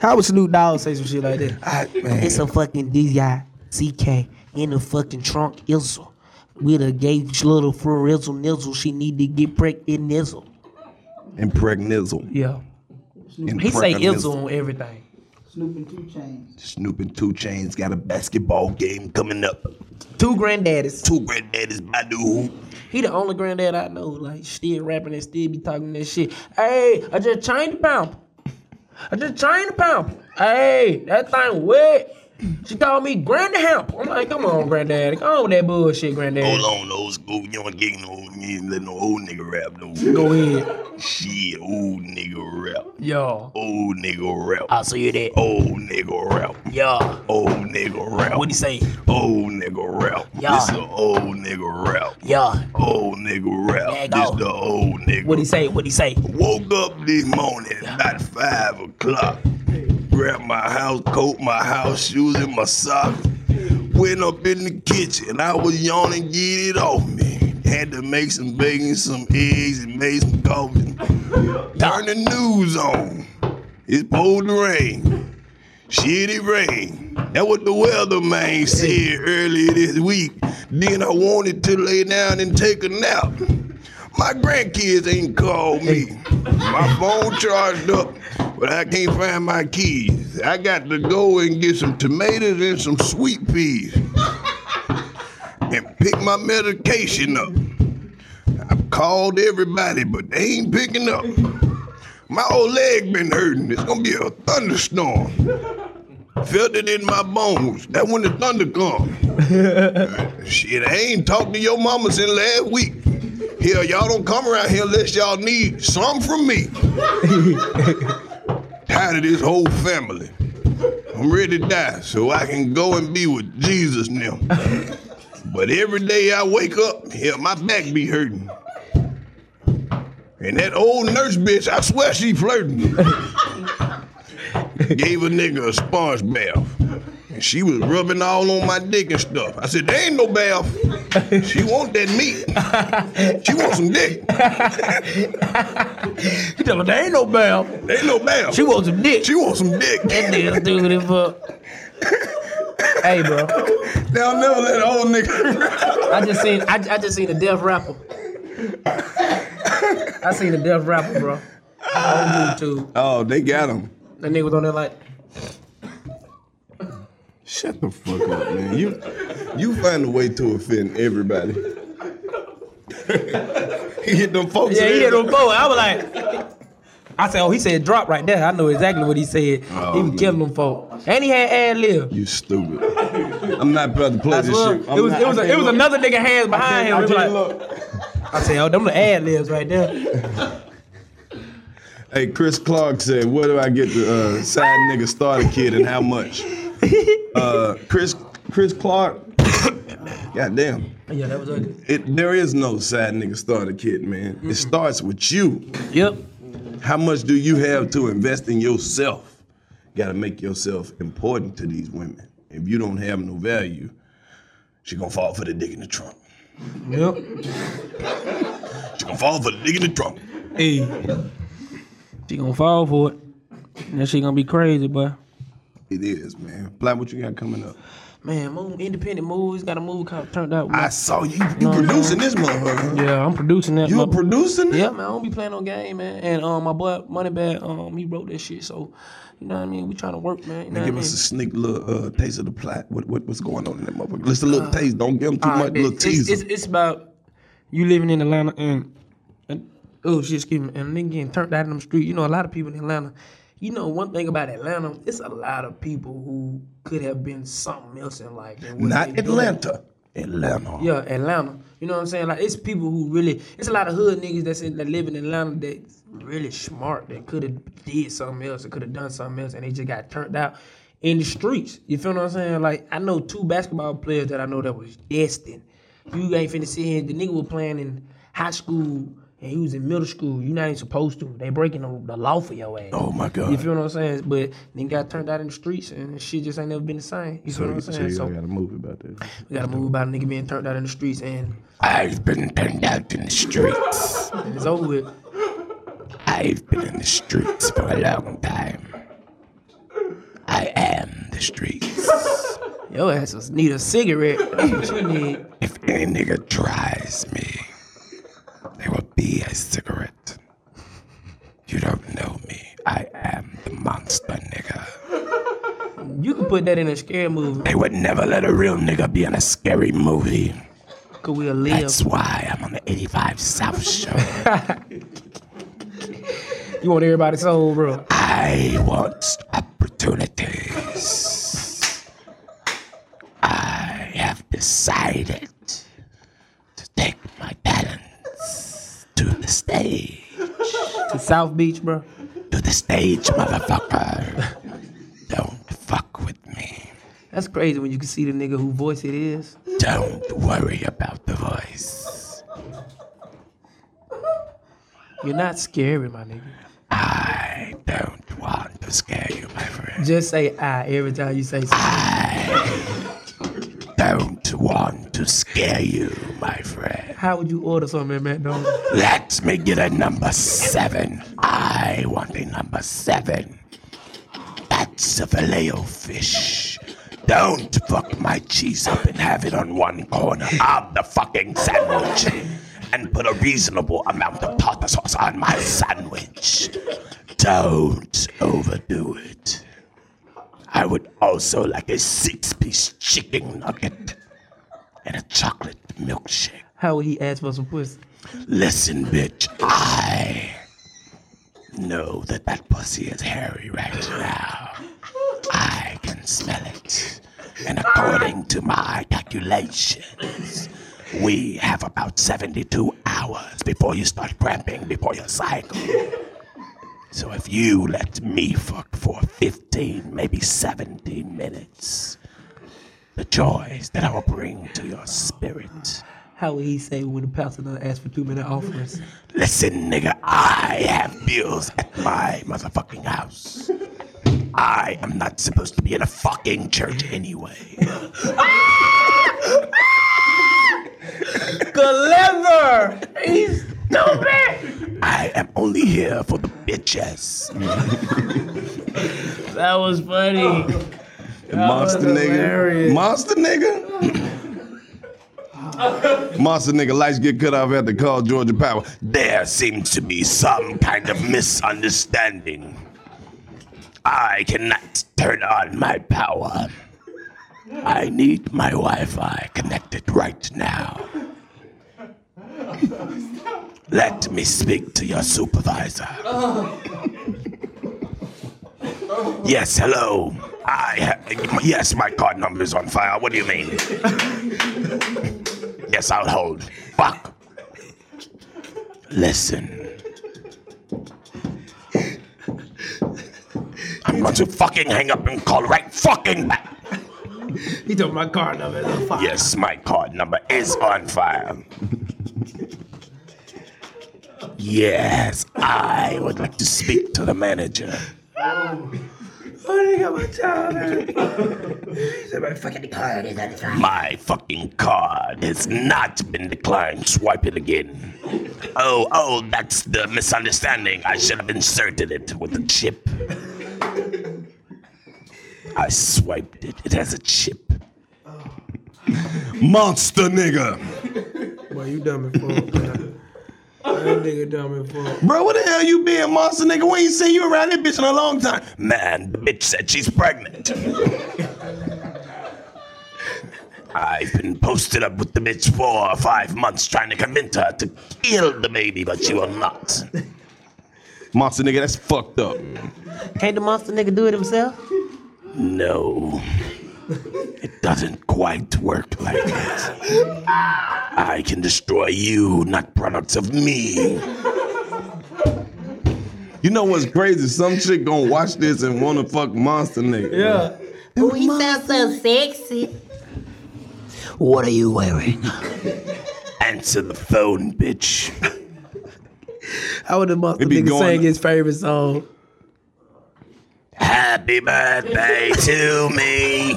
How would Snoop Dogg say some shit like that?
It's a fucking
DICK in the fucking trunk izzle with a gay little frizzle nizzle. She need to get pregnant nizzle.
Impregnizzle.
Yeah. He say Ilzo on everything.
Snoop and Two Chains got a basketball game coming up.
Two granddaddies.
Two granddaddies, my dude.
He the only granddad I know, like still rapping and still be talking that shit. Hey, I just changed the pump.
I just changed the pump. Hey, that thing wet. She called me Granddad Hemp. I'm like, come on, Granddaddy. Come on with that bullshit,
Oh,
Granddaddy.
Hold on, old school. You don't get no, you ain't let no old nigga rap no.
Go ahead.
Shit, old nigga rap.
Yo.
Old nigga rap.
I'll see you there.
Old nigga rap.
Yeah.
Old nigga rap.
What'd he say?
Old nigga rap.
Yeah.
This the old nigga rap.
Yeah.
Old nigga
There you
rap. This
go.
the old nigga.
What'd he say? What'd he say?
Woke up this morning at about five o'clock. Grabbed my house coat, my house shoes, and my socks. Went up in the kitchen. I was yawning, get it off me. Had to make some bacon, some eggs, and made some coffee. Turn the news on. It's supposed to rain. Shit, it rain. That what the weatherman said earlier this week. Then I wanted to lay down and take a nap. My grandkids ain't called me. My phone charged up, but I can't find my keys. I got to go and get some tomatoes and some sweet peas and pick my medication up. I've called everybody, but they ain't picking up. My old leg been hurting. It's gonna be a thunderstorm. Felt it in my bones. That when the thunder come. Uh, Shit, I ain't talked to your mama since last week. Hell, y'all don't come around here unless y'all need some from me. Tired of this whole family. I'm ready to die so I can go and be with Jesus now. But every day I wake up, hell, my back be hurting. And that old nurse bitch, I swear she flirting. Gave a nigga a sponge bath. And she was rubbing all on my dick and stuff. I said, there ain't no bath. She want that meat. She want some dick.
You tell me there ain't no bell.
There ain't no bath.
She wants some dick.
She want some dick.
That nigga stupid as fuck. uh, hey, bro.
They'll never let an old nigga.
I just seen I, I just seen a deaf rapper. I seen a deaf rapper, bro. On YouTube.
Oh, they got him.
That nigga was on there like,
Shut the fuck up, man. You you find a way to offend everybody. he hit them folks.
yeah,
in
he
there.
hit on four. I was like, I said, oh, he said drop right there. I know exactly what he said. he
Oh,
was killing them folk. And he had ad lib.
You stupid. I'm not about to play
I
this
swear,
shit. I'm
it was
not-
it was,
I
a, it was
can't
another nigga hands behind him.
look.
He was
I can't
like,
look.
I said, oh, them the ad libs right there.
Hey, Chris Clark said, "Where do I get the uh, side nigga starter kit and how much?" Uh, Chris Chris Clark. Goddamn.
Yeah, that was ugly.
It, there is no side nigga starter kit, man. It starts with you.
Yep.
How much do you have to invest in yourself? Got to make yourself important to these women. If you don't have no value, she gonna fall for the dick in the trunk.
Yep.
She gonna fall for the dick in the trunk.
Hey. She gonna fall for it. And then she gonna be crazy, boy.
It is, man. Black, what you got coming up?
Man, move, independent movies got a movie called Turned Out.
I saw you. You producing this motherfucker. huh?
yeah, I'm producing that.
You a
mother-
producing? it?
yeah, man, I don't be playing no game, man. And um, my boy Moneybag, um, he wrote that shit, so you know what I mean. We trying to work, man. You know what I
Give
mean?
us a sneak little uh, taste of the plot. What, what what's going on in that motherfucker? Just a little taste. Don't give them too
Uh, All right,
much. Little
it's, it's,
teaser.
it's, it's about you living in Atlanta and, and oh shit, excuse me, and then getting turned out in the street. You know, a lot of people in Atlanta. You know, one thing about Atlanta, it's a lot of people who could have been something else in life. and what they
Not
doing.
Atlanta. Atlanta.
Yeah, Atlanta. You know what I'm saying? Like it's people who really, it's a lot of hood niggas that's in, that live in Atlanta that's really smart that could have did something else, that could have done something else, and they just got turned out in the streets. You feel what I'm saying? Like I know two basketball players that I know that was destined. You ain't finna sit here. The nigga was playing in high school and he was in middle school. you not even supposed to. They breaking the, the law for your ass.
Oh my
You
god.
feel what I'm saying? But nigga got turned out in the streets and shit just ain't never been the same. You feel what I'm saying? So
a movie about that.
we gotta move about a nigga being turned out in the streets and
I've been turned out in the streets.
And it's over with.
I've been in the streets for a long time. I am the streets.
Yo ass just need a cigarette. That's what you need.
If any nigga tries me, there will be a cigarette. You don't know me. I am the monster nigga.
You can put that in a scary movie.
They would never let a real nigga be in a scary movie.
Cause we'll live.
That's why I'm on the 85 South Show.
you want everybody's soul, bro.
I want opportunities. I have decided to take my talents to the stage.
To South Beach, bro.
To the stage, motherfucker. Don't fuck with me.
That's crazy when you can see the nigga whose voice it is.
Don't worry about the voice.
You're not scary, my nigga.
I don't want to scare you, my friend.
Just say I every time you say something.
Don't want to scare you, my friend.
How would you order something at McDonald's?
Let me get a number seven. I
I want the number seven. That's a filet o fish. Don't fuck my cheese up and have it on one corner of the fucking sandwich. And put a reasonable amount of tartar sauce on my sandwich. Don't overdo it. I would also like a six piece chicken nugget and a chocolate milkshake.
How would he ask for some pussy?
Listen, bitch, I know that that pussy is hairy right now. I can smell it. And according to my calculations, we have about 72 hours before you start cramping before your cycle. So if you let me fuck for 15, maybe 17 minutes, the joys that I will bring to your spirit.
How would he say when the pastor done asked for two minute offerings?
Listen, nigga, I have bills at my motherfucking house. I am not supposed to be in a fucking church anyway.
Deliver! He's stupid!
I am only here for the bitches.
That was funny.
Monster
was
nigga.
hilarious.
Monster nigga. Monster nigga lights get cut off at the call Georgia Power.
There seems to be some kind of misunderstanding. I cannot turn on my power. I need my Wi Fi connected right now. Let me speak to your supervisor. yes, hello. I ha- yes, my card number is on file. What do you mean? yes, I'll hold. Fuck. Listen. I'm going to fucking hang up and call right fucking back.
He took my card number.
Yes, my card number is on file. yes, I would like to speak to the manager. My fucking card has not been declined. Swipe it again. Oh, oh, that's the misunderstanding. I should have inserted it with a chip. I swiped it. It has a chip.
Monster nigga.
Boy, you dumb as fuck. man. That nigga dumb as fuck.
Bro, what the hell you been, monster nigga? We ain't seen you around this bitch in a long time.
Man, the bitch said she's pregnant. I've been posted up with the bitch for five months trying to convince her to kill the baby, but she will not.
Monster nigga, that's fucked up.
Can't the monster nigga do it himself?
No. It doesn't quite work like that. I can destroy you, not products of me.
You know what's crazy? Some chick gonna watch this and wanna fuck monster nigga.
Yeah.
Oh, he sounds so sexy. What are you wearing?
Answer the phone, bitch.
How would Oh, the monster
It be
nigga
going-
sing his favorite song?
Happy birthday to me.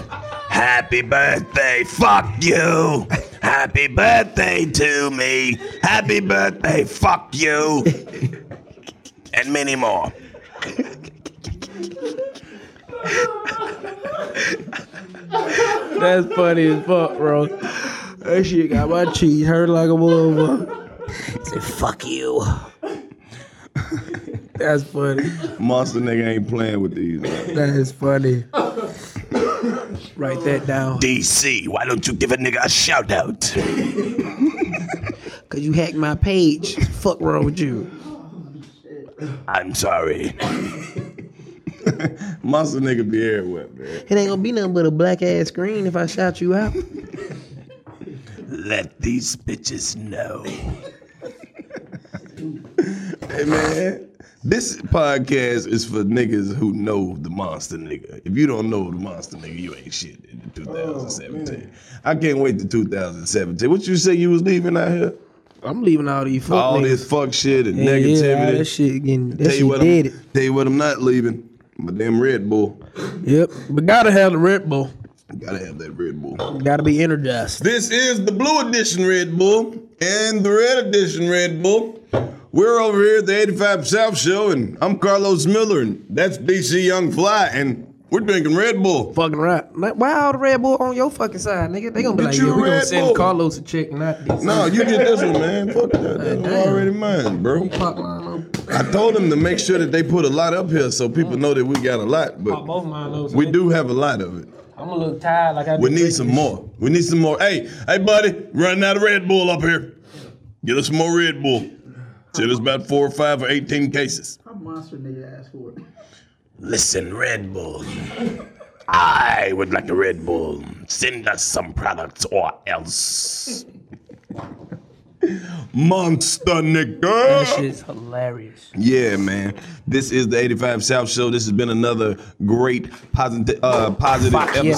Happy birthday, fuck you. Happy birthday to me. Happy birthday, fuck you. And many more.
That's funny as fuck, bro. That shit got my cheese hurt like a motherfucker.
Fuck you.
That's funny.
Monster nigga ain't playing with these. man.
That is funny. Write that down.
DC, why don't you give a nigga a shout out?
Cause you hacked my page. Fuck wrong with you.
I'm sorry.
Monster nigga be everywhere, man.
It ain't gonna be nothing but a black ass screen if I shout you out.
Let these bitches know.
Hey man, this podcast is for niggas who know the monster nigga. If you don't know the monster nigga, you ain't shit in
Oh,
2017. I can't wait to 2017. What you say you was leaving out here?
I'm leaving all these fuck
All
niggas.
this fuck shit and
Yeah, yeah, all
negativity.
that shit getting that
tell you
shit
what,
did it.
I'm, tell you what, I'm not leaving. My damn Red Bull.
Yep. But gotta have the Red Bull.
Gotta have that Red Bull.
Gotta be energized.
This is the blue edition Red Bull and the red edition Red Bull. We're over here at the 85 South Show, and I'm Carlos Miller, and that's DC Young Fly, and we're drinking Red Bull.
Fucking right. Man, Why all the Red Bull on your fucking side, nigga? They gonna be
Get
like,
you
yeah,
a
we gonna
Red
send
Bull.
Carlos a check, not this.
No, you get this one, man. Fuck that. That was
damn.
already mine, bro.
Fuck mine up.
I told them to make sure that they put a lot up here so people know that we got a lot,
Fuck
but
both mine up.
we do have a lot of it.
I'm a little tired like I
We
do
need some more. We need some more. Hey, hey, buddy, running out of Red Bull up here. Get us some more Red Bull. Shit, it's about four or five or 18 cases.
I'm monster nigga ass for it.
Listen, Red Bull. I would like a Red Bull. Send us some products or else.
Monster
That
nigga.
shit's hilarious.
Yeah, man. This is the 85 South Show. This has been another great positive uh, positive
yeah, man.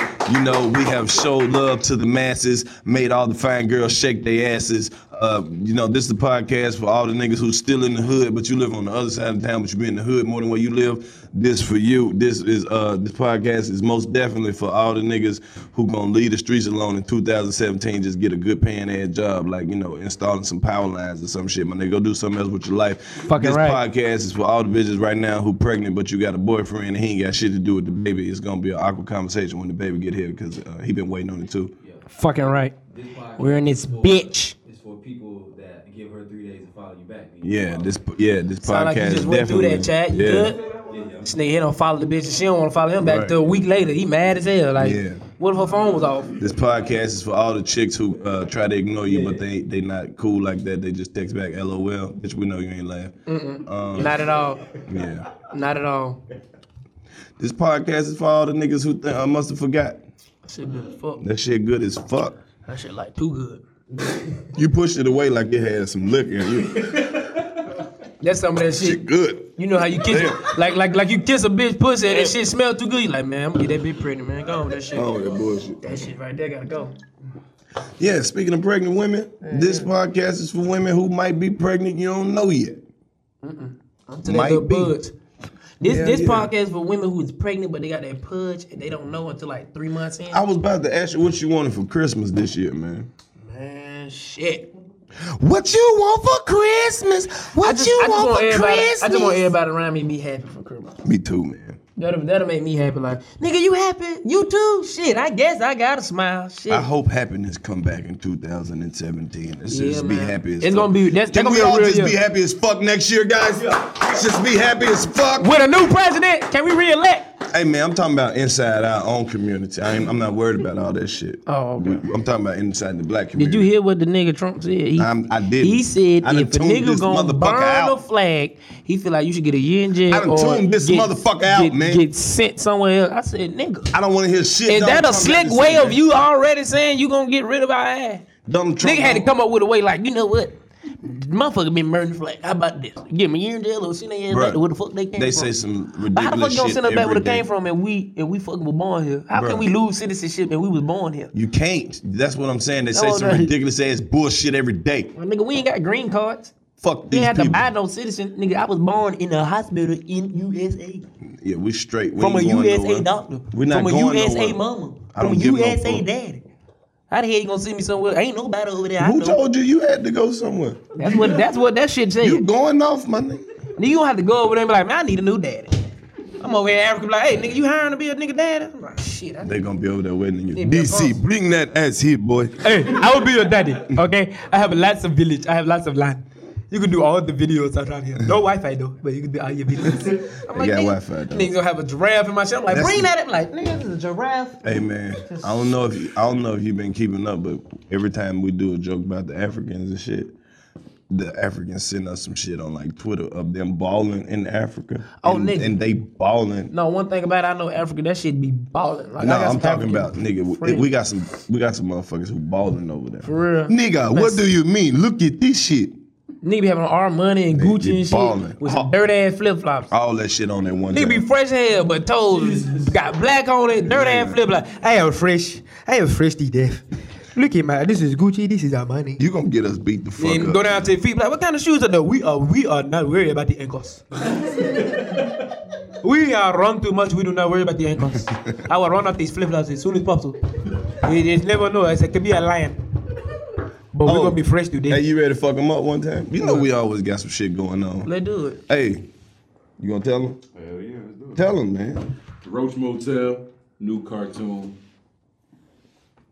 episode. you know, we have showed love to the masses, made all the fine girls shake their asses. Uh, you know, this is the podcast for all the niggas who's still in the hood, but you live on the other side of town, but you be in the hood more than where you live. This for you. This is uh, this podcast is most definitely for all the niggas who gonna leave the streets alone in 2017. Just get a good paying ass job, like you know, installing some power lines or some shit. My nigga, go do something else with your life.
Fucking
this
right.
podcast is for all the bitches right now who pregnant, but you got a boyfriend and he ain't got shit to do with the baby. It's gonna be an awkward conversation when the baby get here because uh, he been waiting on it too.
Fucking right. We're in this bitch.
It's for people that give her three days and follow you back.
Yeah, this yeah this podcast
Sound like you just went through
definitely.
that, Chad. You
yeah,
good? This nigga he don't follow the bitch and she don't want to follow him back
Right.
till a week later. He mad as hell. Like,
Yeah.
what if her phone was off?
This podcast is for all the chicks who uh, try to ignore you, but they they not cool like that. They just text back, "LOL," bitch. We know you ain't laugh.
Not at all.
Yeah,
Not at all.
this podcast is for all the niggas who th- I must have forgot.
That shit good as fuck.
That shit good as fuck.
That shit like too good.
You pushed it away like it had some liquor. in You
That's some of that shit.
shit good.
You know how you kiss,
Damn.
like like like you kiss a bitch pussy and that shit smell too good. You like, man, I'm gonna get that bitch pregnant, man. Go on with that shit.
Oh, that bullshit.
That shit right there gotta go.
Yeah, speaking of pregnant women, this podcast is for women who might be pregnant you don't know yet.
To that
Might
little
be.
buds. This
Yeah,
this
yeah.
podcast for women who is pregnant but they got that pudge and they don't know until like three months in.
I was about to ask you what you wanted for Christmas this year, man.
Man, shit.
What you want for Christmas?
I just, I just want everybody. I just want everybody around me to be happy for Christmas.
Me too, man.
That'll that'll make me happy. Like, nigga, you happy? You too? Shit, I guess I gotta smile. Shit.
I hope happiness come back in 2017. Let's
Yeah,
just be
man.
happy as
It's
fuck.
gonna be- that's- that's
Can
gonna
we
be a
all
real
just
year.
be happy as fuck next year, guys? Just be happy as fuck.
With a new president, can we reelect?
Hey man, I'm talking about inside our own community. I ain't, I'm not worried about all that shit.
Oh, okay.
I'm talking about inside the black
Did
community.
you hear what the nigga Trump said? He,
I'm- I didn't.
He said
I done
if a
tuned
nigga
this
gonna
motherfucker
burn
out.
the flag, he feel like you should get a year in jail
I done
or
tuned this
get,
motherfucker out,
get-
man.
Get sent somewhere else. I said, nigga.
I don't want to hear shit.
Is
Donald
that a
Trump had
slick
to say,
way of
man.
you already saying you gonna get rid of our ass?
Donald Trump
Nigga had to
don't-
come up with a way like, you know what? Motherfucker been murdering flag. How about this? Give me a year in jail or send their ass
Bruh,
back to where the fuck they came
They
from.
say
But how the
some
fuck
ridiculous
you gonna
shit
send us back where
every
they came
day.
from and we and we fucking were born here? How
Bruh.
can we lose citizenship and we was born here?
You can't. That's what I'm saying. They say
No,
some
no.
ridiculous ass bullshit every day.
Well, nigga, we ain't got green cards.
Fuck
We
these
ain't have to
people.
buy no citizen. Nigga, I was born in a hospital in USA.
Yeah, we straight. We
From a
ain't going
USA
nowhere.
doctor.
We're not
From a
going
USA
nowhere.
mama.
I
From a
don't give no
USA
fuck.
daddy. How the hell you gonna send me somewhere? Ain't nobody over there. I
Who
know.
told you you had to go somewhere?
That's what that's what that shit said.
You going off, my nigga?
Nigga, you don't have to go over there and be like, man, I need a new daddy. I'm over here in Africa, be like, hey, nigga, you hiring to be a nigga daddy? I'm like, shit. I
They gonna be over there waiting on you.
Need me a boss.
DC, bring that ass here, boy.
Hey, I will be your daddy, okay? I have lots of village. I have lots of land. You can do all the videos around here. No Wi-Fi though, but you can do all your videos. I'm
They got
nigga,
Wi-Fi, though.
Niggas gonna have a giraffe in my shit. I'm like,
That's
bring
the-
that up. Like, nigga, this is a giraffe.
Hey man, I don't know if you, I don't know if you've been keeping up, but every time we do a joke about the Africans and shit, the Africans send us some shit on like Twitter of them balling in Africa.
Oh,
and,
nigga.
and they balling.
No, one thing about it, I know Africa, that shit be balling. Like, I
No,
got
I'm
some African
talking about nigga. We,
friends.
we got some we got some motherfuckers who balling over there.
For real.
Nigga, what do you mean? Look at this shit.
Nigga be having our money and
be
Gucci and
balling.
shit with some
Oh.
dirt ass flip flops.
All that shit on that one.
Nigga be
time.
fresh as hell, but toes got black on it, dirt ass flip flop. I am fresh. I am fresh to death. Look at my. This is Gucci. This is Armani.
You gonna get us beat the fuck
And
up.
go down to your feet. Like, what kind of shoes are those? We are we are not worried about the ankles. we are run too much. We do not worry about the ankles. I will run off these flip flops as soon as possible. You just never know. It's- It could be a lion. But we're
Oh.
gonna be fresh today.
Hey, you ready to fuck him up one time? You know we always got some shit going on.
Let's do it.
Hey, you gonna tell him?
Hell yeah, let's do it.
Tell him, man.
The Roach Motel, new cartoon.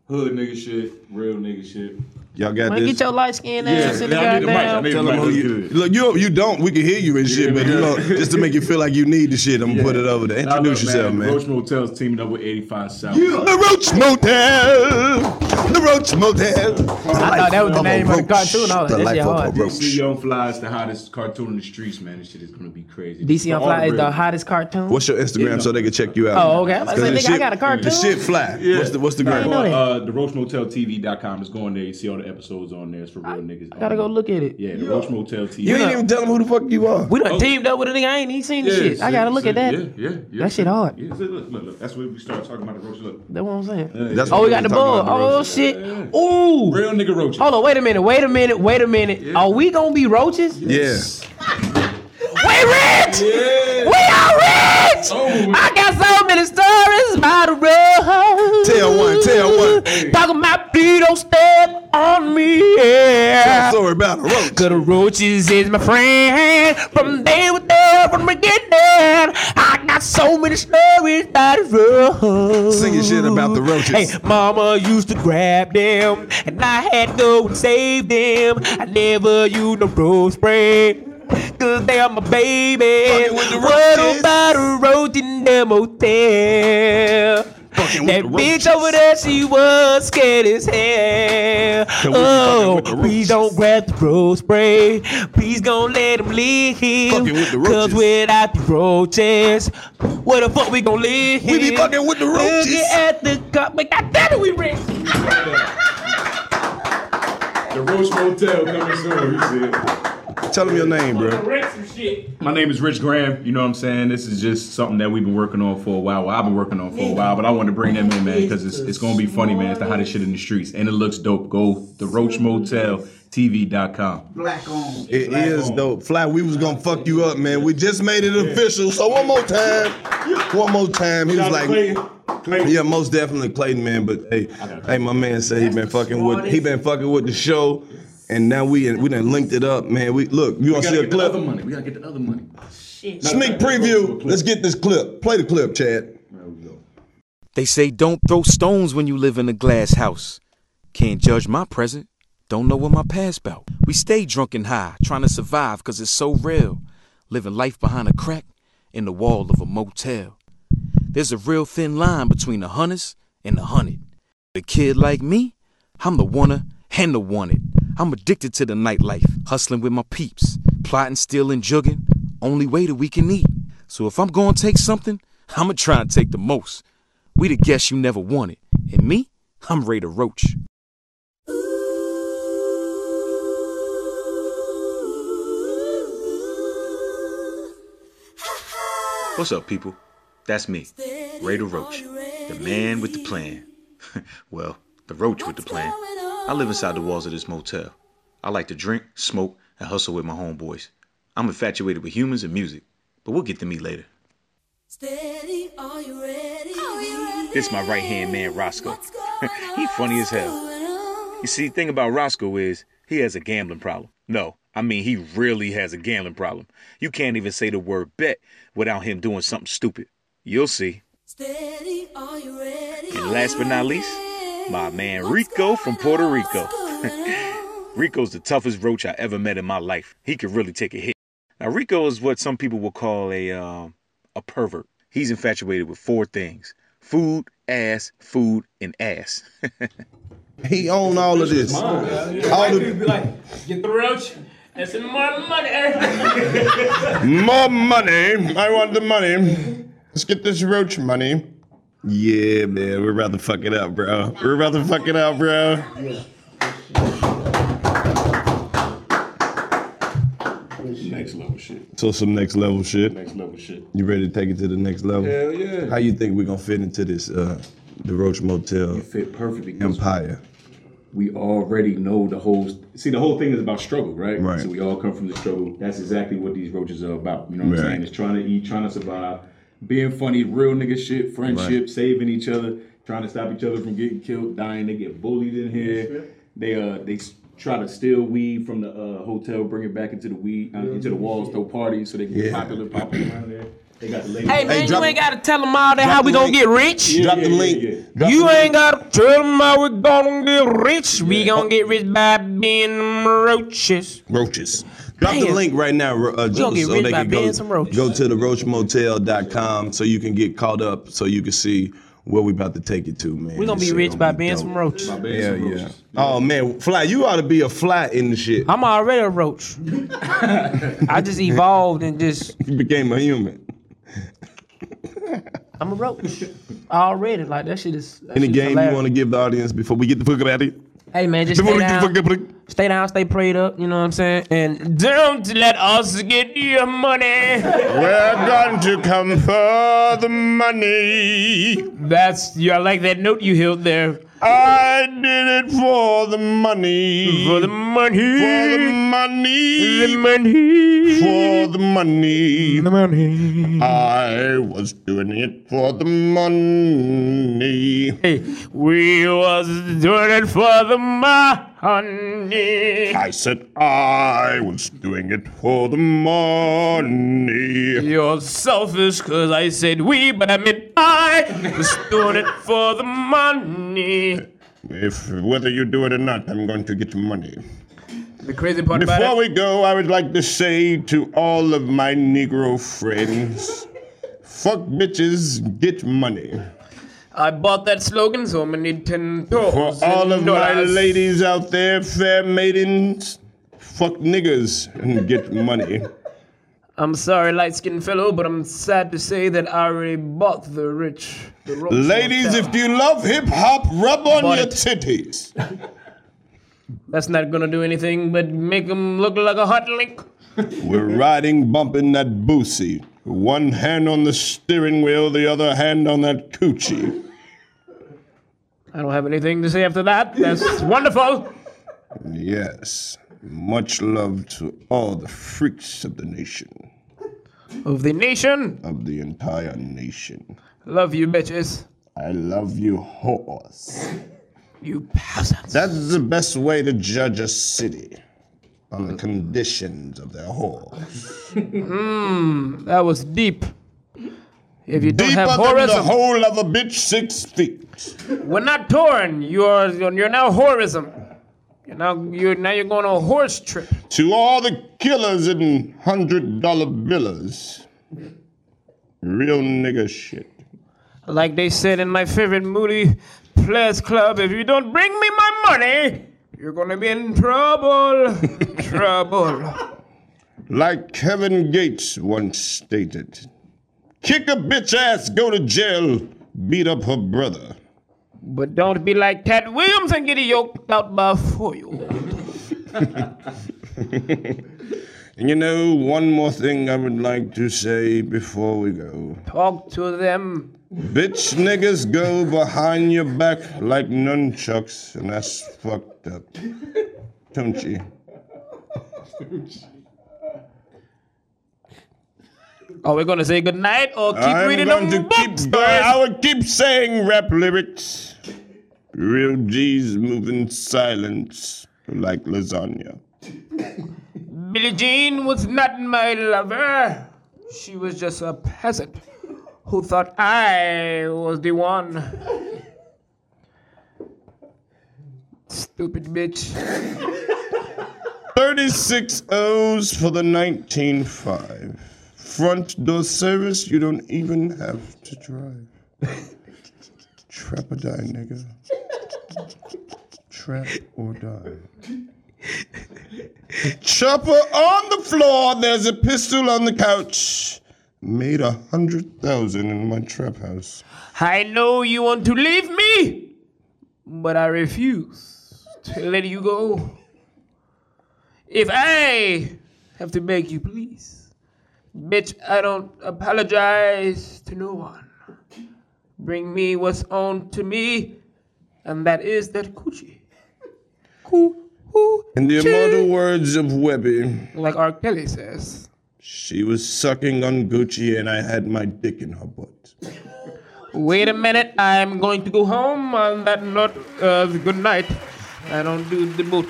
Hood nigga shit, real nigga shit.
Y'all got
Man,
this.
get your light skin
Yeah,
ass in the
now I need the mic. I
goddamn.
need
Tell him who
Everybody
you,
look good.
look, you you don't. We can hear you and shit,
Yeah,
but you
yeah.
know, just to make you feel like you need the shit, I'm gonna put it over there.
Now,
Introduce
look,
yourself,
the
man.
Roach Motel's teaming up with 85 South.
The Roach Motel. The Roach Motel.
I thought that was the name of the cartoon. I was like, that
The life
shit
of a
hard.
roach.
DC Young Fly is E the hottest cartoon in the streets, man. This shit is gonna be crazy.
DC on
For all
Fly is
real.
the hottest cartoon.
What's your Instagram so they can check you out?
Oh, okay. I was like,
'Cause
nigga,
the
I got a
The
cartoon.
shit fly. What's the what's the
Go
gram?
know
on,
that.
Uh, the RoachMotelTV.com. Just go on there. You see all the episodes on there. It's for real niggas.
I gotta go look at it.
Yeah, the Roach Motel TV.
You ain't even tell them who the fuck you are.
We done
Oh.
teamed up with a nigga. I ain't even seen this
Yeah,
shit. I gotta
see,
look
see,
at that.
Yeah, yeah, yeah.
That shit hard.
Yeah, see, look, look, look. That's when we start talking about the Roach. Look,
That's what I'm saying.
That's
oh,
what
we got the
was
ball.
talking about, the
Oh
roach.
shit. Ooh.
real nigga roaches.
Hold on. Wait a minute. Wait a minute. Wait a minute. Are we gonna be roaches?
Yeah.
We rich. We are rich.
Oh,
I got so many stories about the road.
Tell one, tell one.
Talking about please don't step on me. Yeah.
Sorry about a roach.
Cause the roaches is my friend From day with there, from the beginning I got so many stories that is rough
Singing shit about the roaches.
Hey, mama used to grab them And I had to go and save them I never used no road spray Cause they are my baby
Fucking with the
What
roaches.
about a roach in the motel?
Fucking with
That
the
bitch
roaches.
over there, she was scared as hell.
we be fucking
Oh,
with the
please
roaches.
don't grab the road spray. Please don't let him live.
Fucking with the
Cause
roaches.
without the roaches, where the fuck we gonna live?
We be fucking with the roaches.
Look at the cup, but goddamn it, we rich.
The Roach Motel coming soon. You see it.
Tell them your name, bro.
My name is Rich Graham. You know what I'm saying? This is just something that we've been working on for a while. Well, I've been working on for a while, but I wanted to bring them in, man, because it's, it's gonna be funny, man. It's the hottest shit in the streets, and it looks dope. Go the Roach Motel TV.com.
Black on.
It is dope. Fly, we was gonna fuck you up, man. We just made it official. So one more time. One more time. He was like, Yeah, most definitely Clayton, man. But hey, hey, my man said he been fucking with he been fucking with the show, and now we we done linked it up, man. We look, you gonna
We gotta
see a
get the
clip?
other money. We gotta get the other money.
Sneak preview. Let's get this clip. Play the clip, Chad.
They say don't throw stones when you live in a glass house. Can't judge my present, don't know what my past bout. We stay drunk and high, trying to survive cause it's so real. Living life behind a crack in the wall of a motel. There's a real thin line between the hunters and the hunted. A kid like me, I'm the wanna and the wanted. I'm addicted to the nightlife, hustling with my peeps, plotting, stealing, jugging. Only way that we can eat. So if I'm gonna take something, I'ma try and take the most. We the guests you never wanted. And me, I'm Ray the Roach. What's up, people? That's me, Ray the Roach, the man with the plan. well, the roach with the plan. I live inside the walls of this motel. I like to drink, smoke, and hustle with my homeboys. I'm infatuated with humans and music, but we'll get to me later. This my right hand man, Roscoe. he funny as hell. You see, the thing about Roscoe is he has a gambling problem. No, I mean he really has a gambling problem. You can't even say the word bet without him doing something stupid. You'll see. And last but not least, my man Rico from Puerto Rico. Rico's the toughest roach I ever met in my life. He could really take a hit. Now Rico is what some people will call a um, a pervert. He's infatuated with four things: food, ass, food, and ass.
He own all of this. All the
Be like, get the roach. That's some more money. Eric.
more money. I want the money. Let's get this roach money. Yeah, man, we're about to fuck it up, bro. We're about to fuck it up, bro.
Next level shit.
So some next level shit.
Next level shit.
You ready to take it to the next level?
Hell yeah.
How you think we gonna fit into this uh the Roach Motel
Fit perfectly.
empire?
we already know the whole see the whole thing is about struggle right
Right.
so we all come from the struggle that's exactly what these roaches are about you know what i'm
Right.
saying it's trying to eat trying to survive being funny real nigga shit friendship saving each other trying to stop each other from getting killed dying they get bullied in here they uh they s- try to steal weed from the uh, hotel, bring it back into the weed uh, into the walls, throw parties so they can get popular, popular around there. They got the ladies.
Hey, man, you ain't got to tell them all that how we going to get rich.
Drop the link.
you ain't got to tell them how we going to get rich. We going to get rich by being them roaches.
Roaches. Drop the
Damn.
link right now, Ro- uh,
We gonna
Joe,
get
so
rid
they
by
can go,
being some roaches.
go to the roachmotel.com so you can get caught up so you can see where we about to take it to, man.
We going to
This
be
shit
rich
gonna
by
be
being
dope.
some roaches.
Yeah, yeah. Oh man, fly, you ought to be a fly in the shit.
I'm already a roach. I just evolved and just
you became a human.
I'm a roach already. Like that shit is. that
Any
shit is
game
hilarious.
you want to give the audience before we get the fuck up out of here?
Hey man, just
Before
stay
we get the fuck
down,
up out of here?
stay down, stay prayed up. You know what I'm saying? And don't let us get your money.
We're going to come for the money.
That's you. I like that note you held there.
I did it for the money. For the money. For the money. The money. For the money. The money. I was doing it for the money. we was doing it for the money. I said I was doing it for the money.
You're selfish, cause I said we, but I meant I was doing it for the money.
If whether you do it or not, I'm going to get money.
The crazy part about
Before
it.
we go, I would like to say to all of my Negro friends, fuck bitches, get money.
I bought that slogan, so I'm gonna need ten
For all of my ladies out there, fair maidens, fuck niggas and get money.
I'm sorry, light skinned fellow, but I'm sad to say that I already bought the rich. The roach
Ladies,
hotel.
if you love hip hop, rub on
Bought
your
it.
titties.
That's not gonna do anything but make them look like a hot link.
We're riding, bumping that boosie. One hand on the steering wheel, the other hand on that coochie.
I don't have anything to say after that. That's wonderful.
Yes. Much love to all the freaks of the nation,
Of the nation,
of the entire nation.
love you bitches.
I love you, horse.
You peasants.
That's the best way to judge a city on the conditions of their whores.
Mmm, that was deep. If you don't
Deeper
have
than the
horism,
hole of a bitch six feet.
we're not touring. You're you're now horism. You're now you're now you're going on a horse trip.
To all the killers and hundred dollar billers. Real nigga shit.
Like they said in my favorite Moody Players Club, if you don't bring me my money, you're gonna be in trouble. trouble.
Like Kevin Gates once stated kick a bitch ass, go to jail, beat up her brother.
But don't be like Ted Williams and get it yoked out by four you.
And you know, one more thing I would like to say before we go.
Talk to them.
Bitch niggas go behind your back like nunchucks, and that's fucked up. Don't you?
Are we gonna say goodnight or keep
I'm
reading
going
them
to
books?
keep going. I will keep saying rap lyrics. Real G's move in silence like lasagna.
Billie Jean was not my lover. She was just a peasant who thought I was the one. Stupid bitch.
36 O's for the 19.5. Front door service, you don't even have to drive. Trap or die, nigga. Trap or die. Chopper on the floor, there's a pistol on the couch. Made a hundred thousand in my trap house.
I know you want to leave me, but I refuse to let you go. If I have to beg you, please, bitch, I don't apologize to no one. Bring me what's on to me, and that is that coochie.
In the immortal words of Webby,
Like R. Kelly says,
she was sucking on Gucci and I had my dick in her butt.
wait a minute, I'm going to go home on that note of good night. I don't do the boot.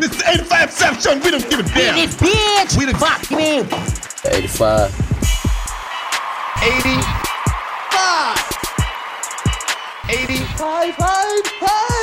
This 85 South Chunk, we don't give a damn.
This bitch.
We the
fuck, man.
85.
80.
85. 85.